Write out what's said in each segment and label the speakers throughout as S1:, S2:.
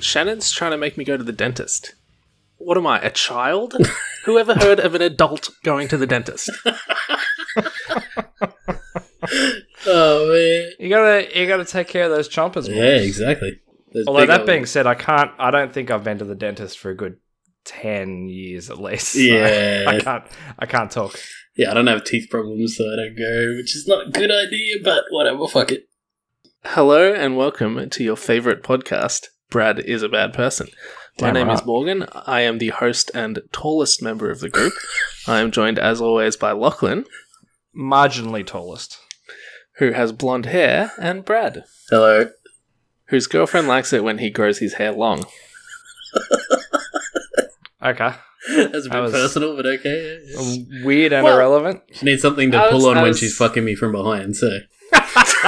S1: Shannon's trying to make me go to the dentist. What am I, a child? Who ever heard of an adult going to the dentist?
S2: Oh man.
S3: You gotta you gotta take care of those chompers. man.
S2: Yeah, exactly. Those
S3: Although
S2: big
S3: that
S2: old-
S3: being said, I can't. I don't think I've been to the dentist for a good ten years at least. so
S2: Yeah.
S3: I can't. I can't talk.
S2: yeah, I don't have teeth problems, so I don't go, which is not a good idea. But whatever, fuck it.
S1: Hello and welcome to your favorite podcast, Brad is a Bad Person. My
S3: Damn
S1: name
S3: right.
S1: is Morgan. I am the host and tallest member of the group. I am joined, as always, by Lachlan,
S3: Marginally tallest.
S1: who has blonde hair, and Brad,
S2: Hello.
S1: whose girlfriend likes it when he grows his hair long.
S3: Okay.
S2: That's a
S3: I
S2: bit
S3: was- Um,
S2: personal, but okay. yeah, yeah.
S3: Weird and
S1: Well-
S3: irrelevant.
S2: She needs
S1: I
S2: something to
S1: was-
S2: pull on
S1: I
S2: when
S1: was-
S2: she's fucking me from behind. So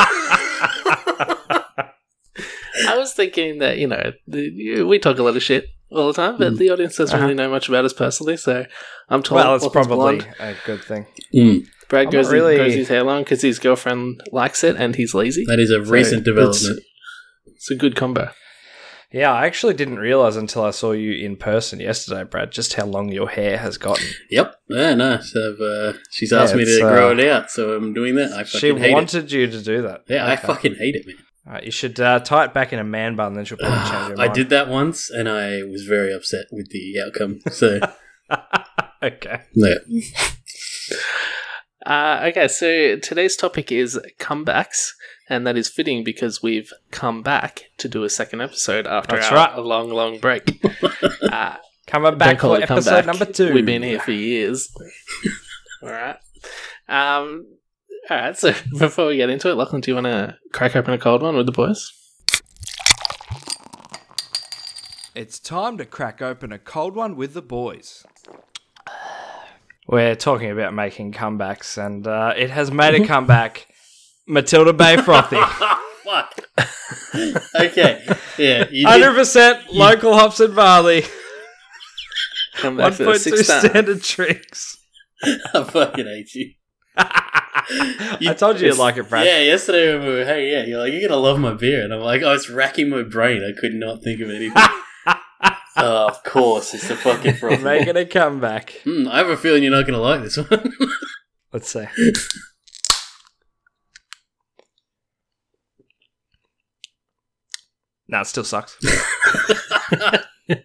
S1: I was thinking that, you know, the, you- we talk a lot of shit all the time, but the audience doesn't really know much about us personally, so I'm tall.
S3: Mm. Uh-huh. well, it's
S1: Lachlan's
S3: probably
S1: blonde.
S3: a good thing.
S1: Brad
S3: I'm
S1: grows,
S3: not really-
S1: grows his hair long because his girlfriend likes it and he's lazy.
S2: that is a
S1: it's-
S2: recent development.
S1: It's a good combo.
S3: Yeah, I actually didn't realize until I saw you in person yesterday, Brad, just how long your hair has gotten.
S2: Yep. Yeah, no. So I've, uh, she's
S3: Yeah,
S2: asked me to
S3: it's, uh,
S2: grow it out, so I'm doing that. I fucking
S3: She
S2: hate it.
S3: wanted you to do that.
S2: Yeah, I
S3: Okay.
S2: fucking hate it, man.
S3: All right, you should uh, tie it back in a man bun, then she'll probably change her mind.
S2: I did that once, and I was very upset with the outcome. So
S3: okay.
S2: no,
S1: Uh, okay, so today's topic is comebacks, and that is fitting because we've come back to do a second episode after
S3: That's
S1: our
S3: right.
S1: long, long break. uh,
S3: Coming
S1: Don't
S3: back
S1: call
S3: for
S1: it a
S3: episode
S1: comeback.
S3: number two.
S1: We've been here for years. all right. Um, all right. So before we get into it, Lachlan, do you want to crack open a cold one with the boys?
S3: It's time to crack open a cold one with the boys. We're talking about making comebacks, and uh, it has made a comeback. Matilda Bay Frothy.
S2: fuck. okay, yeah, you did,
S3: 100% local hops and barley.
S1: Come back to the
S3: 1.2
S1: sixth time.
S3: standard drinks.
S2: I fucking hate you.
S3: I told you you'd like it, Brad.
S2: Yeah, yesterday when we were hey, yeah, you're like you're gonna love my beer, and I'm like, oh, it's racking my brain. I could not think of anything. oh, of course, it's the fucking frog.
S3: Making a comeback.
S2: Hmm, I have a feeling you're not gonna like this one.
S3: Let's see. Nah, it still sucks.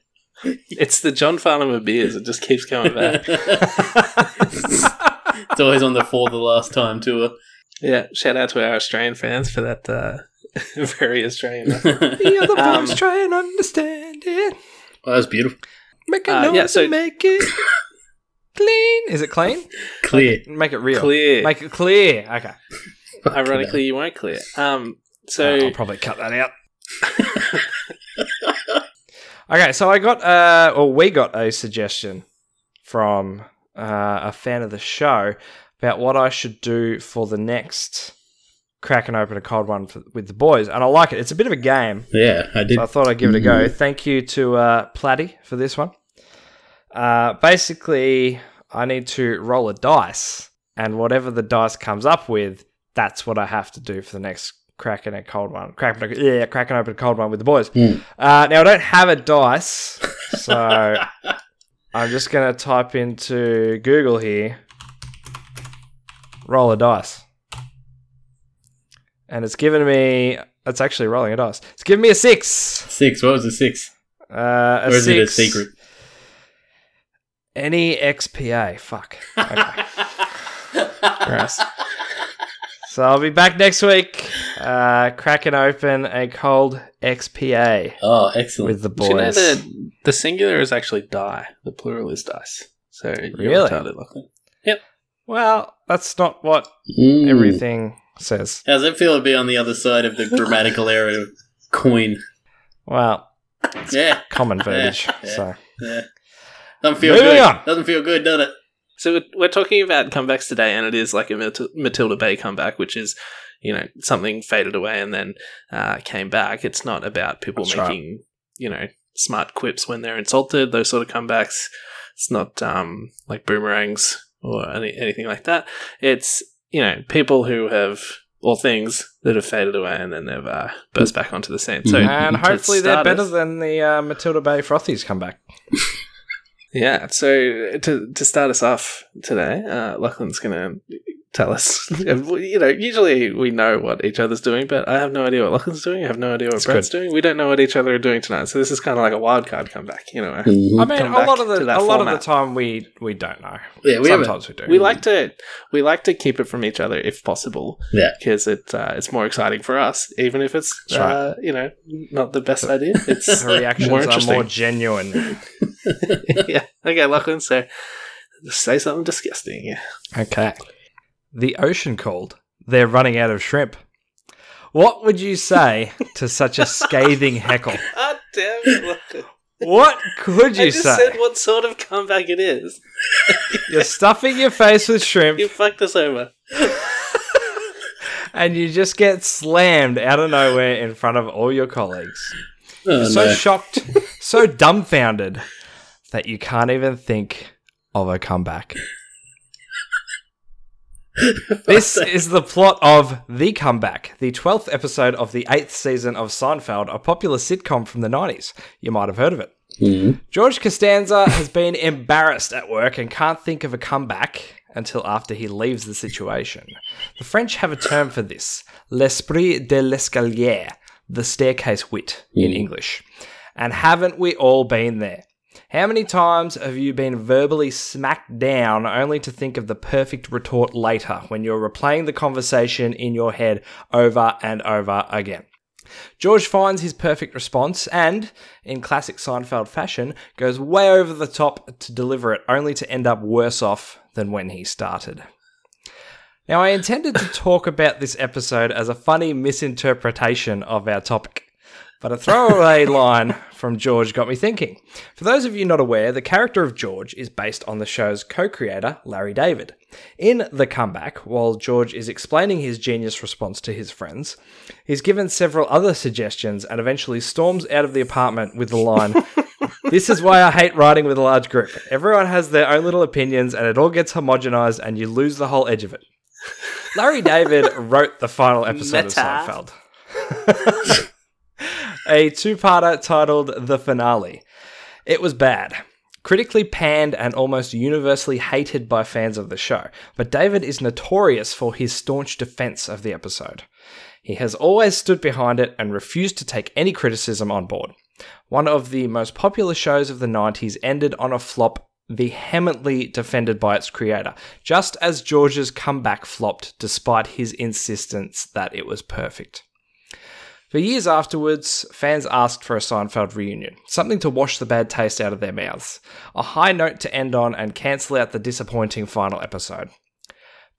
S1: It's the John Farnham of beers. It just keeps coming back.
S2: it's always on the for the last time tour.
S1: yeah. Shout out to our Australian fans for that uh, very Australian. reference.
S3: The other
S1: Um,
S3: ones try and understand it.
S2: Well, that was beautiful.
S3: Make a
S1: Uh,
S3: noise
S1: yeah, so-
S3: and make it clean. Is it clean?
S2: Clear.
S3: Make it real.
S1: clear.
S3: Make it clear. Okay.
S1: Ironically, you weren't clear. Um. So
S3: I'll probably cut that out. okay, so I got, uh, or we got a suggestion from uh, a fan of the show about what I should do for the next crack and open a cold one for, with the boys, and I like it. It's a bit of a game,
S2: Yeah, I did.
S3: so I thought I'd give it a go. Thank you to uh, Platty for this one. Uh, basically, I need to roll a dice, and whatever the dice comes up with, that's what I have to do for the next cracking a cold one. Cracking, a, yeah, cracking open a cold one with the boys.
S2: Hmm.
S3: Uh, now I don't have a dice, so I'm just gonna type into Google here, roll a dice, and it's given me. It's actually rolling a dice. It's given me a six.
S2: Six. What was the six?
S3: Uh, a
S2: or is
S3: six.
S2: it a secret?
S3: Any XPA. Fuck. Okay.
S1: Christ.
S3: so I'll be back next week, uh, cracking open a cold XPA
S2: Oh, excellent.
S3: with the
S1: Do you know
S3: boys.
S1: the, the singular is actually die. The plural is dice. So you're
S3: Really?
S1: retarded, Lachlan.
S3: Well, that's not what
S2: Mm.
S3: everything says.
S2: How's it feel to be on the other side of the grammatical error coin?
S3: Well,
S2: Yeah,
S3: common verbiage.
S2: yeah.
S3: So
S2: yeah. Doesn't feel
S3: Moving
S2: good.
S3: on.
S2: Doesn't feel good, does it?
S1: So we're, we're talking about comebacks today, and it is like a Mat- Matilda Bay comeback, which is, you know, something faded away and then uh, came back. It's not about people
S3: That's right.
S1: making, you know, smart quips when they're insulted. Those sort of comebacks. It's not um, like boomerangs or any, anything like that. It's you know people who have or things that have faded away and then they've uh, burst back onto the scene. So
S2: Mhm.
S3: And
S1: to
S3: hopefully they're
S1: start
S3: better
S1: us-
S3: than the uh, Matilda Bay Frothies comeback.
S1: yeah, so to to start us off today, uh, Lachlan's gonna tell us. you know, usually we know what each other's doing, but I have no idea what Lachlan's doing. I have no idea what
S3: It's
S1: Brett's doing. We don't know what each other are doing tonight, so this is kind of like a wild card comeback. You know,
S3: I mean,
S1: Come
S3: a lot
S1: back
S3: of the
S1: to
S3: a
S1: that
S3: lot of the
S1: format.
S3: time we we don't know.
S2: Yeah, we have a-
S3: Sometimes we do.
S1: we like to we like to keep it from each other if possible.
S2: Yeah.
S1: because it uh, it's more exciting for us, even if it's
S3: That's right.
S1: uh, you know not the best idea. It's
S3: Her reactions
S1: More
S3: are
S1: interesting.
S3: more genuine.
S1: yeah okay, Lachlan. So say something disgusting. Yeah.
S3: Okay. The ocean called. They're running out of shrimp. What would you say to such a scathing heckle?
S1: Ah, damn it, Lachlan.
S3: What could you
S1: I just
S3: say?
S1: said what sort of comeback it is.
S3: You're stuffing your face with shrimp
S1: You fucked us over.
S3: and you just get slammed out of nowhere in front of all your colleagues.
S2: Oh,
S3: so
S2: no.
S3: shocked, so dumbfounded that you can't even think of a comeback. this is the plot of The Comeback, the 12th episode of the 8th season of Seinfeld, a popular sitcom from the 90s. You might have heard of it.
S2: Mhm.
S3: George Costanza has been embarrassed at work and can't think of a comeback until after he leaves the situation. The French have a term for this l'esprit de l'escalier, the staircase wit in
S2: Mm.
S3: English. And haven't we all been there? How many times have you been verbally smacked down only to think of the perfect retort later when you're replaying the conversation in your head over and over again? George finds his perfect response and, in classic Seinfeld fashion, goes way over the top to deliver it, only to end up worse off than when he started. Now, I intended to talk about this episode as a funny misinterpretation of our topic, but a throwaway line from George got me thinking. For those of you not aware, the character of George is based on the show's co creator, Larry David. In The Comeback, while George is explaining his genius response to his friends, he's given several other suggestions and eventually storms out of the apartment with the line, This is why I hate riding with a large group. Everyone has their own little opinions and it all gets homogenized and you lose the whole edge of it. Larry David wrote the final episode
S1: Meta.
S3: of Seinfeld. a two-parter titled The Finale. It was bad. Critically panned and almost universally hated by fans of the show, but David is notorious for his staunch defense of the episode. He has always stood behind it and refused to take any criticism on board. One of the most popular shows of the 90s ended on a flop vehemently defended by its creator, just as George's comeback flopped despite his insistence that it was perfect. For years afterwards, fans asked for a Seinfeld reunion, something to wash the bad taste out of their mouths, a high note to end on and cancel out the disappointing final episode.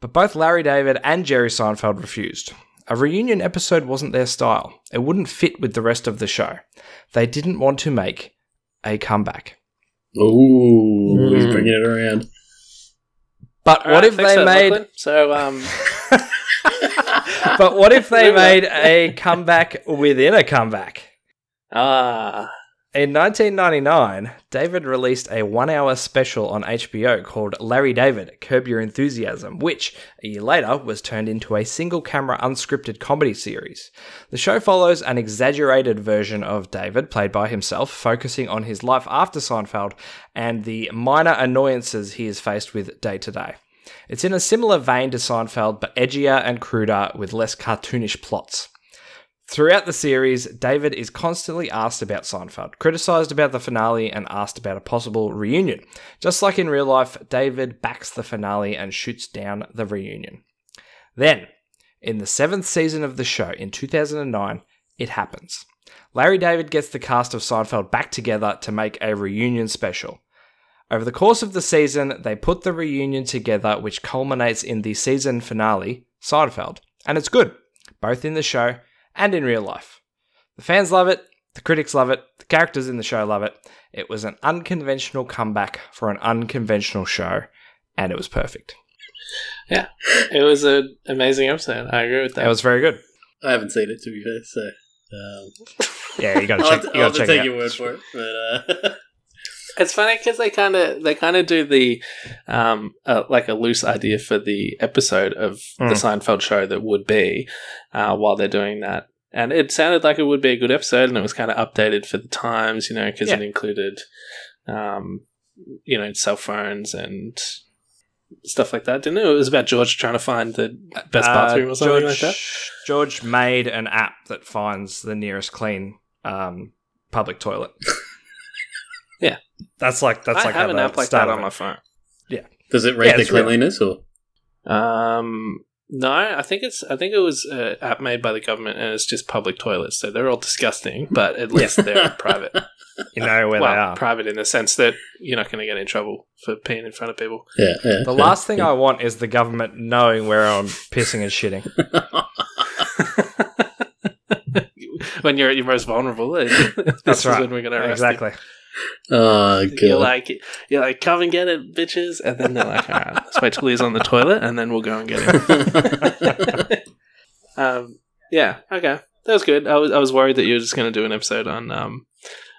S3: But both Larry David and Jerry Seinfeld refused. A reunion episode wasn't their style, it wouldn't fit with the rest of the show. They didn't want to make a comeback.
S2: Ooh, he's
S1: Mm.
S2: bringing it around.
S3: But what
S1: Alright,
S3: if
S1: thanks
S3: they
S1: for that,
S3: made
S1: Lachlan. so? Um,
S3: but what if they
S1: Leave that.
S3: made a comeback within a comeback?
S1: ah,
S3: In 1999, David released a one hour special on HBO called Larry David Curb Your Enthusiasm, which, a year later, was turned into a single camera unscripted comedy series. The show follows an exaggerated version of David, played by himself, focusing on his life after Seinfeld and the minor annoyances he is faced with day to day. It's in a similar vein to Seinfeld, but edgier and cruder with less cartoonish plots. Throughout the series, David is constantly asked about Seinfeld, criticized about the finale, and asked about a possible reunion. Just like in real life, David backs the finale and shoots down the reunion. Then, in the seventh season of the show in 2009, it happens. Larry David gets the cast of Seinfeld back together to make a reunion special. Over the course of the season, they put the reunion together, which culminates in the season finale, Seinfeld, and it's good, both in the show and in real life. The fans love it, the critics love it, the characters in the show love it. It was an unconventional comeback for an unconventional show, and it was perfect.
S1: it was an amazing episode. I agree with that.
S3: That was very good.
S2: I haven't seen it to be fair, so um,
S3: Yeah, you gotta
S2: I'll,
S3: check.
S2: have to-
S3: you
S2: I'll have
S3: gotta
S2: to
S3: check
S2: take
S3: it
S2: your word
S3: out.
S2: for it. But uh,
S1: It's funny because they kind of they kind of do the um uh, like a loose idea for the episode of the
S3: Mm.
S1: Seinfeld show that would be uh, while they're doing that, and it sounded like it would be a good episode, and it was kind of updated for the times, you know, because it included um you know cell phones and stuff like that, didn't it? It was about George trying to find the best
S3: Uh,
S1: bathroom or something
S3: George,
S1: like that.
S3: George made an app that finds the nearest clean um, public toilet.
S1: Yeah.
S3: that's like that's
S1: I
S3: like
S1: have
S3: how
S1: an
S3: the
S1: app like
S3: start
S1: that
S3: of
S1: on
S3: it-
S1: my phone.
S2: Does it rate
S3: Yeah,
S2: the
S3: it's real.
S2: cleanliness or?
S1: Um, no, I think it's I think it was an app made by the government, and it's just public toilets, so they're all disgusting. But at least they're private.
S3: You know where
S1: well,
S3: they are.
S1: private in the sense that you're not going to get in trouble for peeing in front of people.
S2: Yeah, yeah.
S3: The last thing I want is the government knowing where I'm pissing and shitting.
S1: when you're at your most vulnerable, it- this is
S3: right.
S1: when we're going to arrest
S3: exactly.
S2: Oh,
S1: You. You're
S2: God.
S1: like, you're like, come and get it, bitches, and then they're like, all right, let's wait till he's on the toilet, and then we'll go and get him. Um, yeah, okay, that was good. I was I was worried that you were just going to do an episode on um,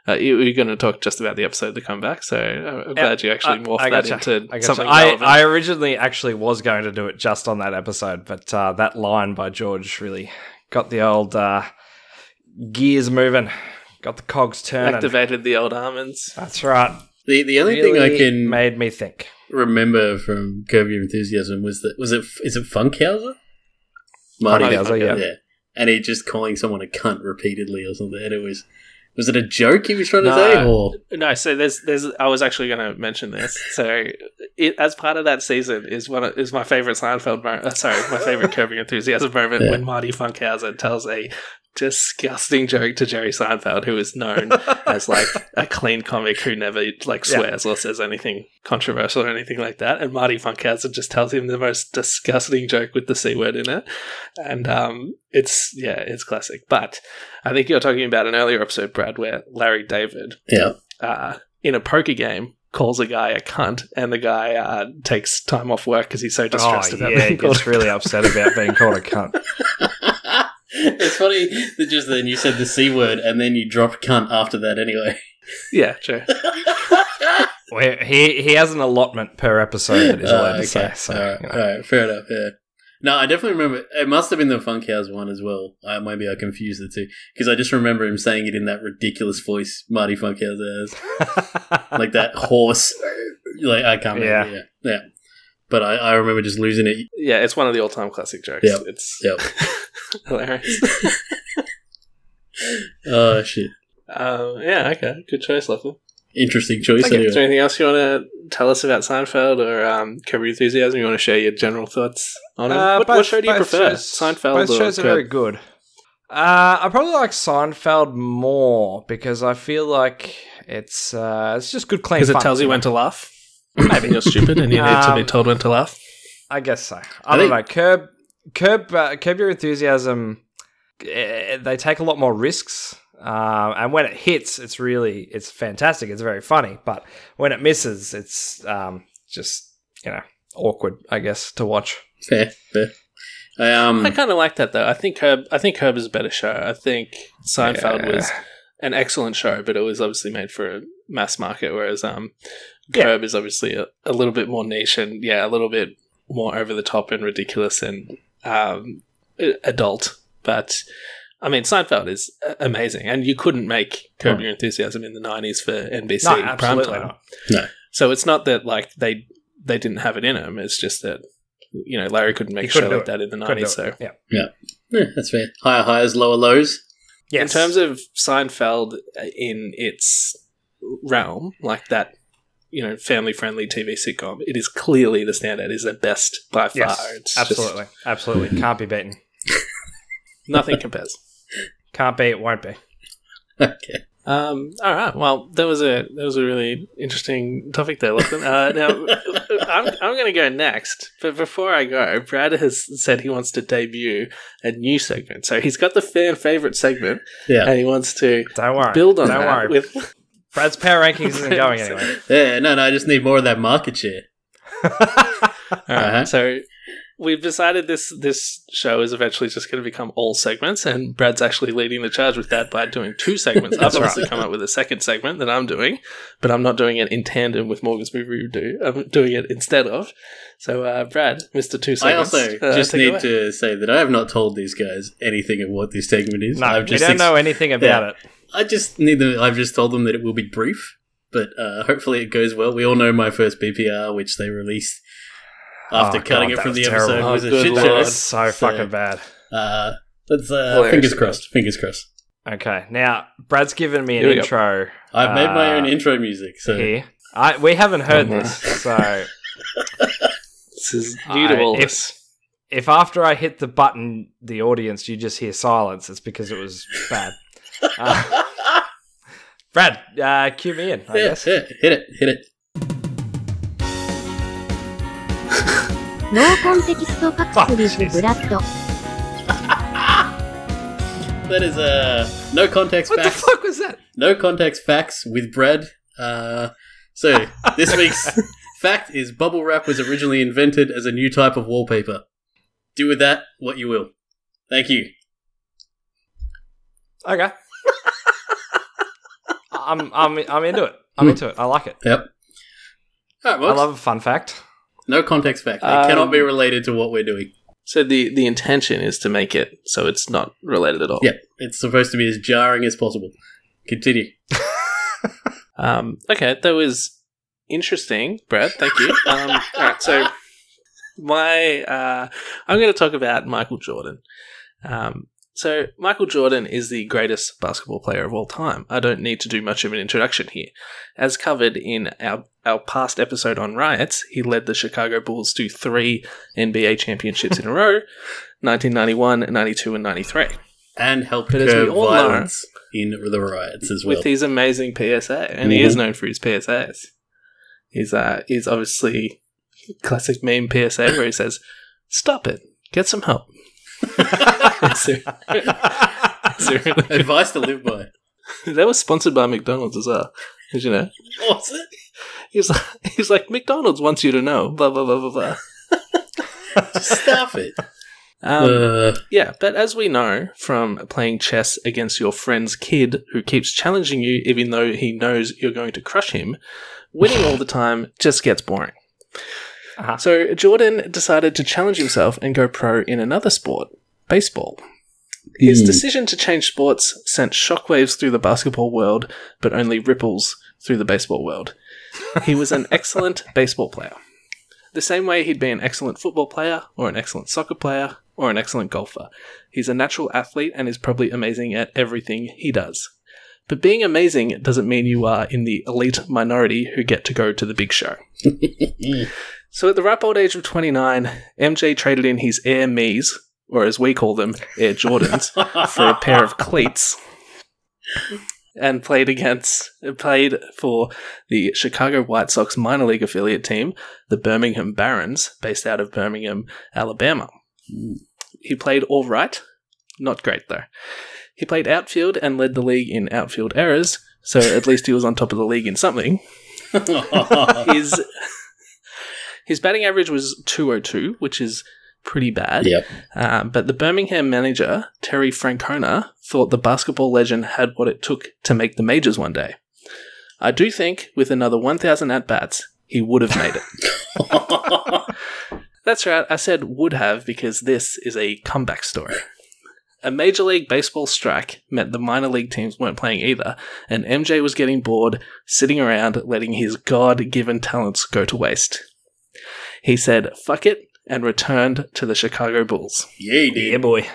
S1: uh, you, you were going to talk just about the episode to come back. So uh, I'm glad you actually
S3: I-
S1: morphed
S3: I
S1: that
S3: gotcha.
S1: into
S3: I, guess
S1: something
S3: I,
S1: relevant.
S3: I originally actually was going to do it just on that episode, but uh, that line by George really got the old uh, gears moving, got the cogs turning.
S1: activated the old almonds.
S3: That's right.
S2: the the only thing I
S3: Really
S2: can
S3: made me think.
S2: remember from Curb Your Enthusiasm was that was it is it Funkhauser?
S3: Funkhauser, yeah.
S2: And he just calling someone a cunt repeatedly or something. And it was was it a joke he was trying to
S1: No.
S2: say? Or
S1: No, so there's there's I was actually going to mention this. So it, as part of that season is one of, is my favorite Seinfeld moment. Uh, sorry, my favorite Curving Enthusiasm moment
S2: Yeah.
S1: when Marty Funkhauser tells a disgusting joke to Jerry Seinfeld, who is known as like a clean comic who never like
S3: Yeah.
S1: swears or says anything controversial or anything like that. And Marty Funkhauser just tells him the most disgusting joke with the c word in it, and um, it's yeah, it's classic. But I think you're talking about an earlier episode, Brad, where Larry David
S2: yeah.
S1: uh, in a poker game calls a guy a cunt, and the guy uh, takes time off work because he's so
S3: Oh,
S1: distressed about
S3: yeah,
S1: being called.
S3: gets really upset about being called a cunt.
S2: it's funny that just then you said the C word and then you dropped cunt after that anyway.
S1: Yeah, true.
S3: Well, he, he has an allotment per episode that he's
S2: Uh,
S3: allowed
S2: okay.
S3: to say. So,
S2: all, right,
S3: you know.
S2: all right, fair enough. Yeah. No, I definitely remember. It must have been the Funkhouse one as well. I, maybe I confused the two because I just remember him saying it in that ridiculous voice Marty Funkhouse has, like that hoarse. Like I can't.
S3: Yeah.
S2: Remember, yeah, yeah. But I, I remember just losing it.
S1: Yeah, it's one of the all-time classic jokes.
S2: Yep.
S1: It's
S2: Yep.
S1: hilarious.
S2: Oh shit!
S1: Um, yeah, okay, good choice, Lachlan.
S2: Interesting choice.
S1: Okay,
S2: anyway.
S1: Is there anything else you want to tell us about Seinfeld or um, Curb Your Enthusiasm? You want to share your general thoughts on it?
S3: Uh,
S1: what, what
S3: both-
S1: show do you
S3: both
S1: prefer,
S3: shows-
S1: Seinfeld
S3: Both
S1: or
S3: shows are
S1: Curb?
S3: very good. Uh, I probably like Seinfeld more because I feel like it's uh, it's just good clean.
S1: Because it
S3: fun.
S1: tells you when to laugh. Maybe you're stupid and you need to be
S3: Um,
S1: told when to laugh.
S3: I guess so. I,
S2: I
S3: don't
S2: think-
S3: know. Curb, curb, uh, curb your enthusiasm. eh, They take a lot more risks, um, and when it hits, it's really it's fantastic. It's very funny, but when it misses, it's um, just you know awkward. I guess to watch.
S2: Fair, fair. I, um,
S1: I kind of like that though. I think Herb. I think Herb is a better show. I think Seinfeld
S3: Yeah.
S1: was an excellent show, but it was obviously made for a mass market. Whereas um,
S3: Yeah.
S1: Curb is obviously a, a little bit more niche and yeah, a little bit more over the top and ridiculous and um, a- adult. But I mean, Seinfeld is a- amazing, and you couldn't make Curb
S3: Hmm.
S1: Your Enthusiasm in the '90s for NBC
S3: No,
S1: prime
S3: absolutely
S1: time.
S3: not.
S1: So it's not that like they they didn't have it in them. It's just that you know Larry couldn't make a show
S3: couldn't do
S1: like
S3: it.
S1: that in the
S3: Couldn't do
S1: '90s. So
S3: it. yeah,
S2: yeah, that's fair. Higher highs, lower lows.
S3: yes.
S1: in terms of Seinfeld uh, in its realm, like that, you know, family-friendly TV sitcom, it is clearly the standout. It Is the best by far.
S3: Yes,
S1: It's just-
S3: absolutely, absolutely can't be beaten.
S1: nothing compares.
S3: Can't be. It won't be.
S2: Okay.
S1: Um, all right. Well, that was a that was a really interesting topic there, Lachlan. Uh, now I'm I'm going to go next, but before I go, Brad has said he wants to debut a new segment. So he's got the fan favorite segment,
S3: Uh,
S2: Yeah.
S1: and he wants to
S3: Don't worry.
S1: build on
S3: Don't
S1: that
S3: worry.
S1: with
S3: Brad's power rankings isn't going anywhere.
S2: Yeah. No, no. I just need more of that market share.
S1: All right,
S2: Uh-huh.
S1: So We've decided this this show is eventually just going to become all segments, and Brad's actually leading the charge with that by doing two segments. I've
S2: That's
S1: obviously
S2: right.
S1: come up with a second segment that I'm doing, but I'm not doing it in tandem with Morgan's movie review. I'm doing it instead of. So, uh, Brad, Mr. Two
S2: I
S1: Segments.
S2: also
S1: uh,
S2: just
S1: take it
S2: need
S1: away.
S2: to say that I have not told these guys anything of what this segment is.
S3: No,
S2: I've
S3: we
S2: just
S3: don't
S2: ex-
S3: know anything about
S2: Yeah.
S3: it.
S2: I just need them. I've just told them that it will be brief, but uh, hopefully it goes well. We all know my first BPR, which they released after
S3: Oh,
S2: cutting
S3: God,
S2: it
S3: that
S2: from the
S3: was terrible.
S2: episode,
S1: Oh,
S2: was a
S1: good
S2: shit
S1: lord.
S2: show.
S3: That was so
S2: So-
S3: fucking bad.
S2: Uh, let's uh,
S1: Hilarious.
S2: fingers crossed. Fingers crossed.
S3: Okay, now Brad's given me an
S1: Here we go.
S3: intro
S2: I've made my
S3: Uh,
S2: own intro music, so Uh-huh.
S3: here. I, we haven't heard
S1: Oh, no.
S3: this, so
S1: This is new to
S3: I-
S1: all of
S3: if-
S1: us.
S3: if after I hit the button, the audience, you just hear silence, it's because it was bad. Uh, Brad, uh, cue me in, I
S2: Yeah,
S3: guess.
S2: yeah, hit it, hit it.
S4: ノーコンテキストカクスリーズブラッド。
S2: That is uh, no context
S3: What the
S2: facts.
S3: fuck was that?
S2: No context facts with Brad. Uh, so this week's fact is bubble wrap was originally invented as a new type of wallpaper. Do with that what you will. Thank you.
S3: Okay. I'm, I'm, I'm into it. I'm
S2: Hmm.
S3: into it. I like it.
S2: Yep. All right,
S3: I
S2: Mox.
S3: love a fun fact.
S2: no context fact. It
S1: Um,
S2: cannot be related to what we're doing.
S1: So the the intention is to make it so it's not related at all.
S2: Yep. It's supposed to be as jarring as possible. Continue.
S1: Um, okay, that was interesting, Brad. Thank you. Um, all right, so my uh, I'm going to talk about Michael Jordan. Um, so Michael Jordan is the greatest basketball player of all time. I don't need to do much of an introduction here. As covered in our our past episode on riots, he led the Chicago Bulls to three NBA championships in a row, 1991, 92, and 93.
S2: And help
S1: But as we
S2: curb
S1: all know-
S2: violence in the riots as well.
S1: with his amazing PSA, and he
S2: Mhm.
S1: is known for his PSAs. He's uh, he's obviously classic meme PSA where he says, "Stop it, get some help." It's a- it's a really-
S2: Advice to live by.
S1: that was sponsored by McDonald's as well. Did you know?
S2: What's it?
S1: He's like, he's like McDonald's wants you to know. Blah blah blah blah blah.
S2: Just stop it.
S1: Um,
S2: Uh,
S1: Yeah, but as we know from playing chess against your friend's kid who keeps challenging you, even though he knows you're going to crush him, winning all the time just gets boring.
S3: Uh-huh.
S1: So Jordan decided to challenge himself and go pro in another sport, baseball. His
S2: Hmm.
S1: decision to change sports sent shockwaves through the basketball world, but only ripples through the baseball world. He was an excellent baseball player. The same way he'd be an excellent football player, or an excellent soccer player, or an excellent golfer. He's a natural athlete and is probably amazing at everything he does. But being amazing doesn't mean you are in the elite minority who get to go to the big show. So at the ripe old age of 29, MJ traded in his Air Me's, or as we call them, Air Jordans, for a pair of cleats and played against played for the Chicago White Sox minor league affiliate team, the Birmingham Barons, based out of Birmingham, Alabama. He played all right, not great though. He played outfield and led the league in outfield errors, so at least he was on top of the league in something his his batting average was 202, which is pretty bad.
S2: Yep.
S1: Um, but the Birmingham manager, Terry Francona, thought the basketball legend had what it took to make the majors one day. I do think with another 1,000 at bats, he would have made it. That's right, I said would have because this is a comeback story. A Major League Baseball strike meant the minor league teams weren't playing either, and MJ was getting bored, sitting around, letting his God given talents go to waste. He said, fuck it, and returned to the Chicago Bulls.
S2: Yay,
S3: Yeah,
S2: dude.
S3: boy.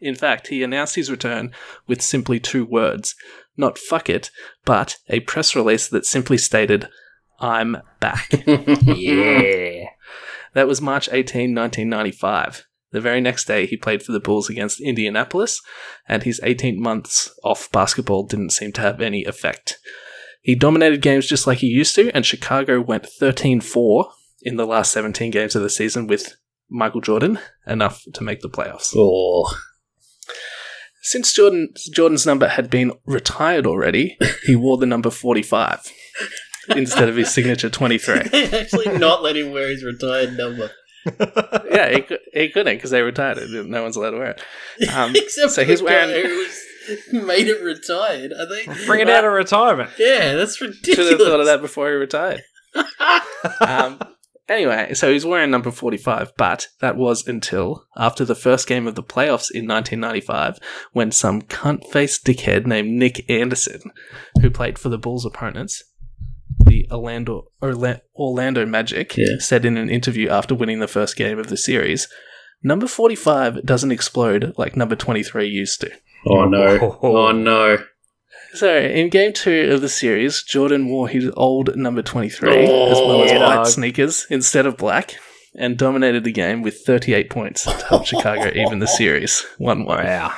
S1: In fact, he announced his return with simply two words not fuck it, but a press release that simply stated, I'm back.
S3: Yeah.
S1: That was March 18, 1995. The very next day, he played for the Bulls against Indianapolis, and his 18 months off basketball didn't seem to have any effect. He dominated games just like he used to, and Chicago went 13 4 in the last 17 games of the season with Michael Jordan, enough to make the playoffs.
S2: Oh.
S1: Since Jordan, Jordan's number had been retired already, he wore the number 45 instead of his signature 23.
S2: They actually not let him wear his retired number.
S1: yeah, he, cou- he couldn't because they retired it. No one's allowed to wear it. Um,
S2: Except
S1: so
S2: for
S1: he's
S2: the guy
S1: wearing-
S2: who was- made it retired. Are they?
S3: Bring it out of retirement.
S2: Yeah, that's ridiculous.
S1: should have thought of that before he retired. um, anyway, so he's wearing number 45, but that was until after the first game of the playoffs in 1995 when some cunt faced dickhead named Nick Anderson, who played for the Bulls' opponents, the Orlando, Orla- Orlando Magic,
S2: Yeah.
S1: said in an interview after winning the first game of the series. Number 45 doesn't explode like number 23 used to.
S2: Oh no! Oh no!
S1: So, in game two of the series, Jordan wore his old number 23, as well as
S2: Oh,
S1: white
S3: dog.
S1: sneakers, instead of black, and dominated the game with 38 points to help Chicago even the series 1 1.
S3: Wow.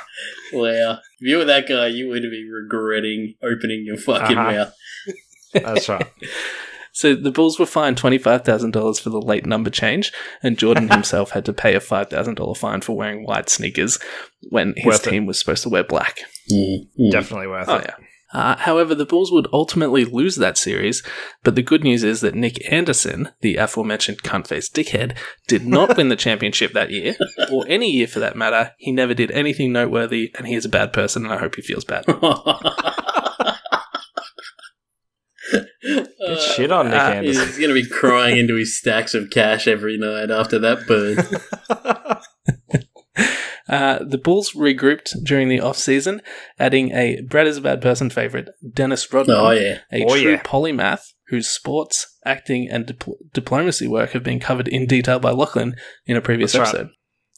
S2: Wow! If you were that guy, you would be regretting opening your fucking
S3: Uh-huh.
S2: mouth.
S3: That's right.
S1: So, the Bulls were fined $25,000 for the late number change, and Jordan himself had to pay a $5,000 fine for wearing white sneakers when his
S3: Worth it.
S1: team was supposed to wear black.
S3: Definitely worth
S1: Oh,
S3: it.
S1: yeah. Uh, however, the Bulls would ultimately lose that series, but the good news is that Nick Anderson, the aforementioned cunt-faced dickhead, did not win the championship that year, or any year for that matter. He never did anything noteworthy, and he is a bad person, and I hope he feels bad.
S3: Good shit on Nick
S1: uh,
S3: Anderson.
S2: He's going to be crying into his stacks of cash every night after that burn.
S1: Uh, the Bulls regrouped during the off-season, adding a Brad is a bad person favorite, Dennis Rodman,
S2: Oh yeah,
S1: a
S3: Oh,
S1: true
S3: yeah.
S1: polymath whose sports, acting, and dipl- diplomacy work have been covered in detail by Lachlan in a previous
S3: That's right.
S1: episode.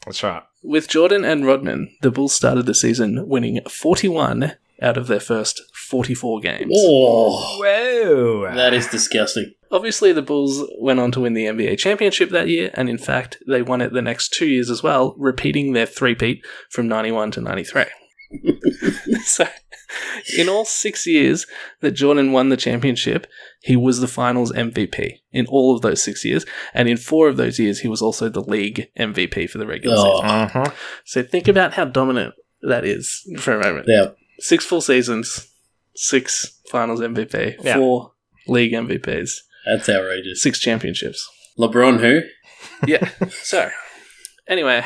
S3: That's right.
S1: With Jordan and Rodman, the Bulls started the season winning 41 out of their first 44 games.
S2: oh,
S3: Whoa.
S2: that is disgusting.
S1: Obviously, the Bulls went on to win the NBA championship that year, and in fact, they won it the next two years as well, repeating their three-peat from 91 to 93. so, in all six years that Jordan won the championship, he was the finals MVP in all of those six years, and in four of those years, he was also the league MVP for the regular
S2: Oh.
S1: season.
S3: Uh-huh.
S1: So think about how dominant that is for a moment.
S2: Yeah.
S1: Six full seasons, six finals MVP,
S3: Yeah.
S1: four league MVPs,
S2: That's outrageous.
S1: six championships.
S2: LeBron, who?
S1: Yeah. so anyway,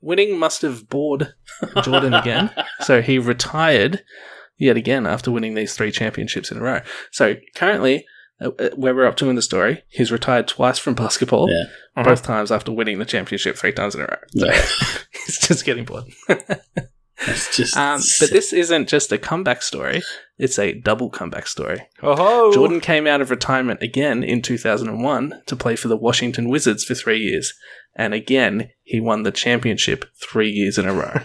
S1: winning must have bored Jordan again. so he retired yet again after winning these three championships in a row. So currently, uh, uh, where we're up to in the story, he's retired twice from basketball,
S2: Yeah.
S3: Uh-huh.
S1: both times after winning the championship three times in a row. So
S2: No.
S1: he's just getting bored.
S2: That's just.
S1: Um, but this isn't just a comeback story, it's a double comeback story.
S3: Oh,
S1: Jordan came out of retirement again in 2001 to play for the Washington Wizards for three years. And again, he won the championship three years in a row.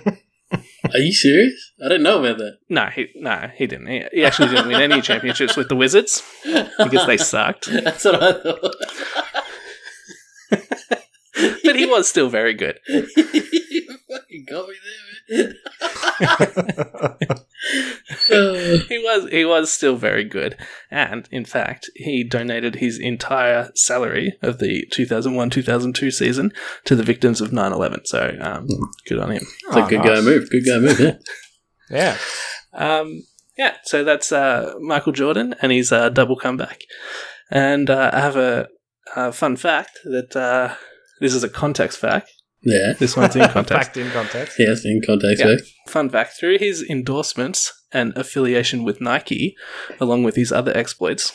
S2: Are you serious? I didn't know about that.
S1: no, he, no, he didn't. He, he actually didn't win any championships with the Wizards because they sucked.
S2: That's what I thought.
S1: But he was still very good.
S2: you fucking got me there, man.
S1: He was he was still very good. And in fact, he donated his entire salary of the 2001-2002 season to the victims of 9/11. So, um, good on him.
S2: It's a good guy move. Good guy move. Yeah.
S3: Yeah.
S1: Um, yeah, so that's uh, Michael Jordan and his uh, double comeback. And uh, I have a, a fun fact that uh, this is a context fact.
S2: Yeah.
S1: This one's in context.
S3: Fact in context.
S2: Yes, in context. eh?
S1: Yeah.
S2: Yeah.
S1: fun fact through his endorsements and affiliation with Nike, along with his other exploits,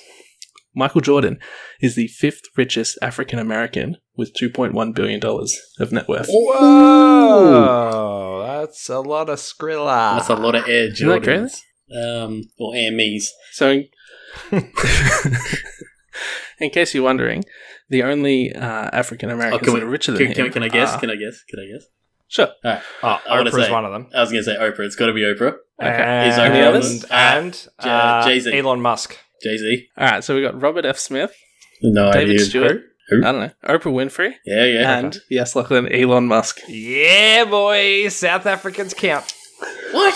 S1: Michael Jordan is the fifth richest African American with $2.1 billion of net worth.
S2: Oh.
S3: Whoa. That's a lot of Skrilla.
S2: That's a lot of air
S1: Isn't that
S2: Jordans.
S1: crazy?
S2: Um, or AMEs.
S1: So, in, in case you're wondering, the only uh, African Americans
S2: we-
S1: that are richer than
S2: Oh, Can,
S1: him.
S2: can, can I guess?
S1: are-
S2: Can I guess? Can I guess?
S1: sure.
S3: Oh,
S2: I wanna
S3: Oprah's
S2: say-
S3: one of them.
S2: I was going to say Oprah. It's got to be Oprah.
S1: Okay.
S2: Is
S1: Oprah
S3: and,
S1: on
S2: this?
S3: and
S2: Ah,
S3: uh,
S2: Jay- Jay-Z.
S3: Elon Musk.
S2: Jay Z.
S1: All right. So we got Robert F. Smith,
S2: No
S1: David
S2: idea.
S1: Stewart.
S2: Uh, Who?
S1: I don't know. Oprah Winfrey.
S2: Yeah, yeah.
S1: And yes, Lachlan, Elon Musk.
S3: Yeah, boy. South Africans count.
S2: what?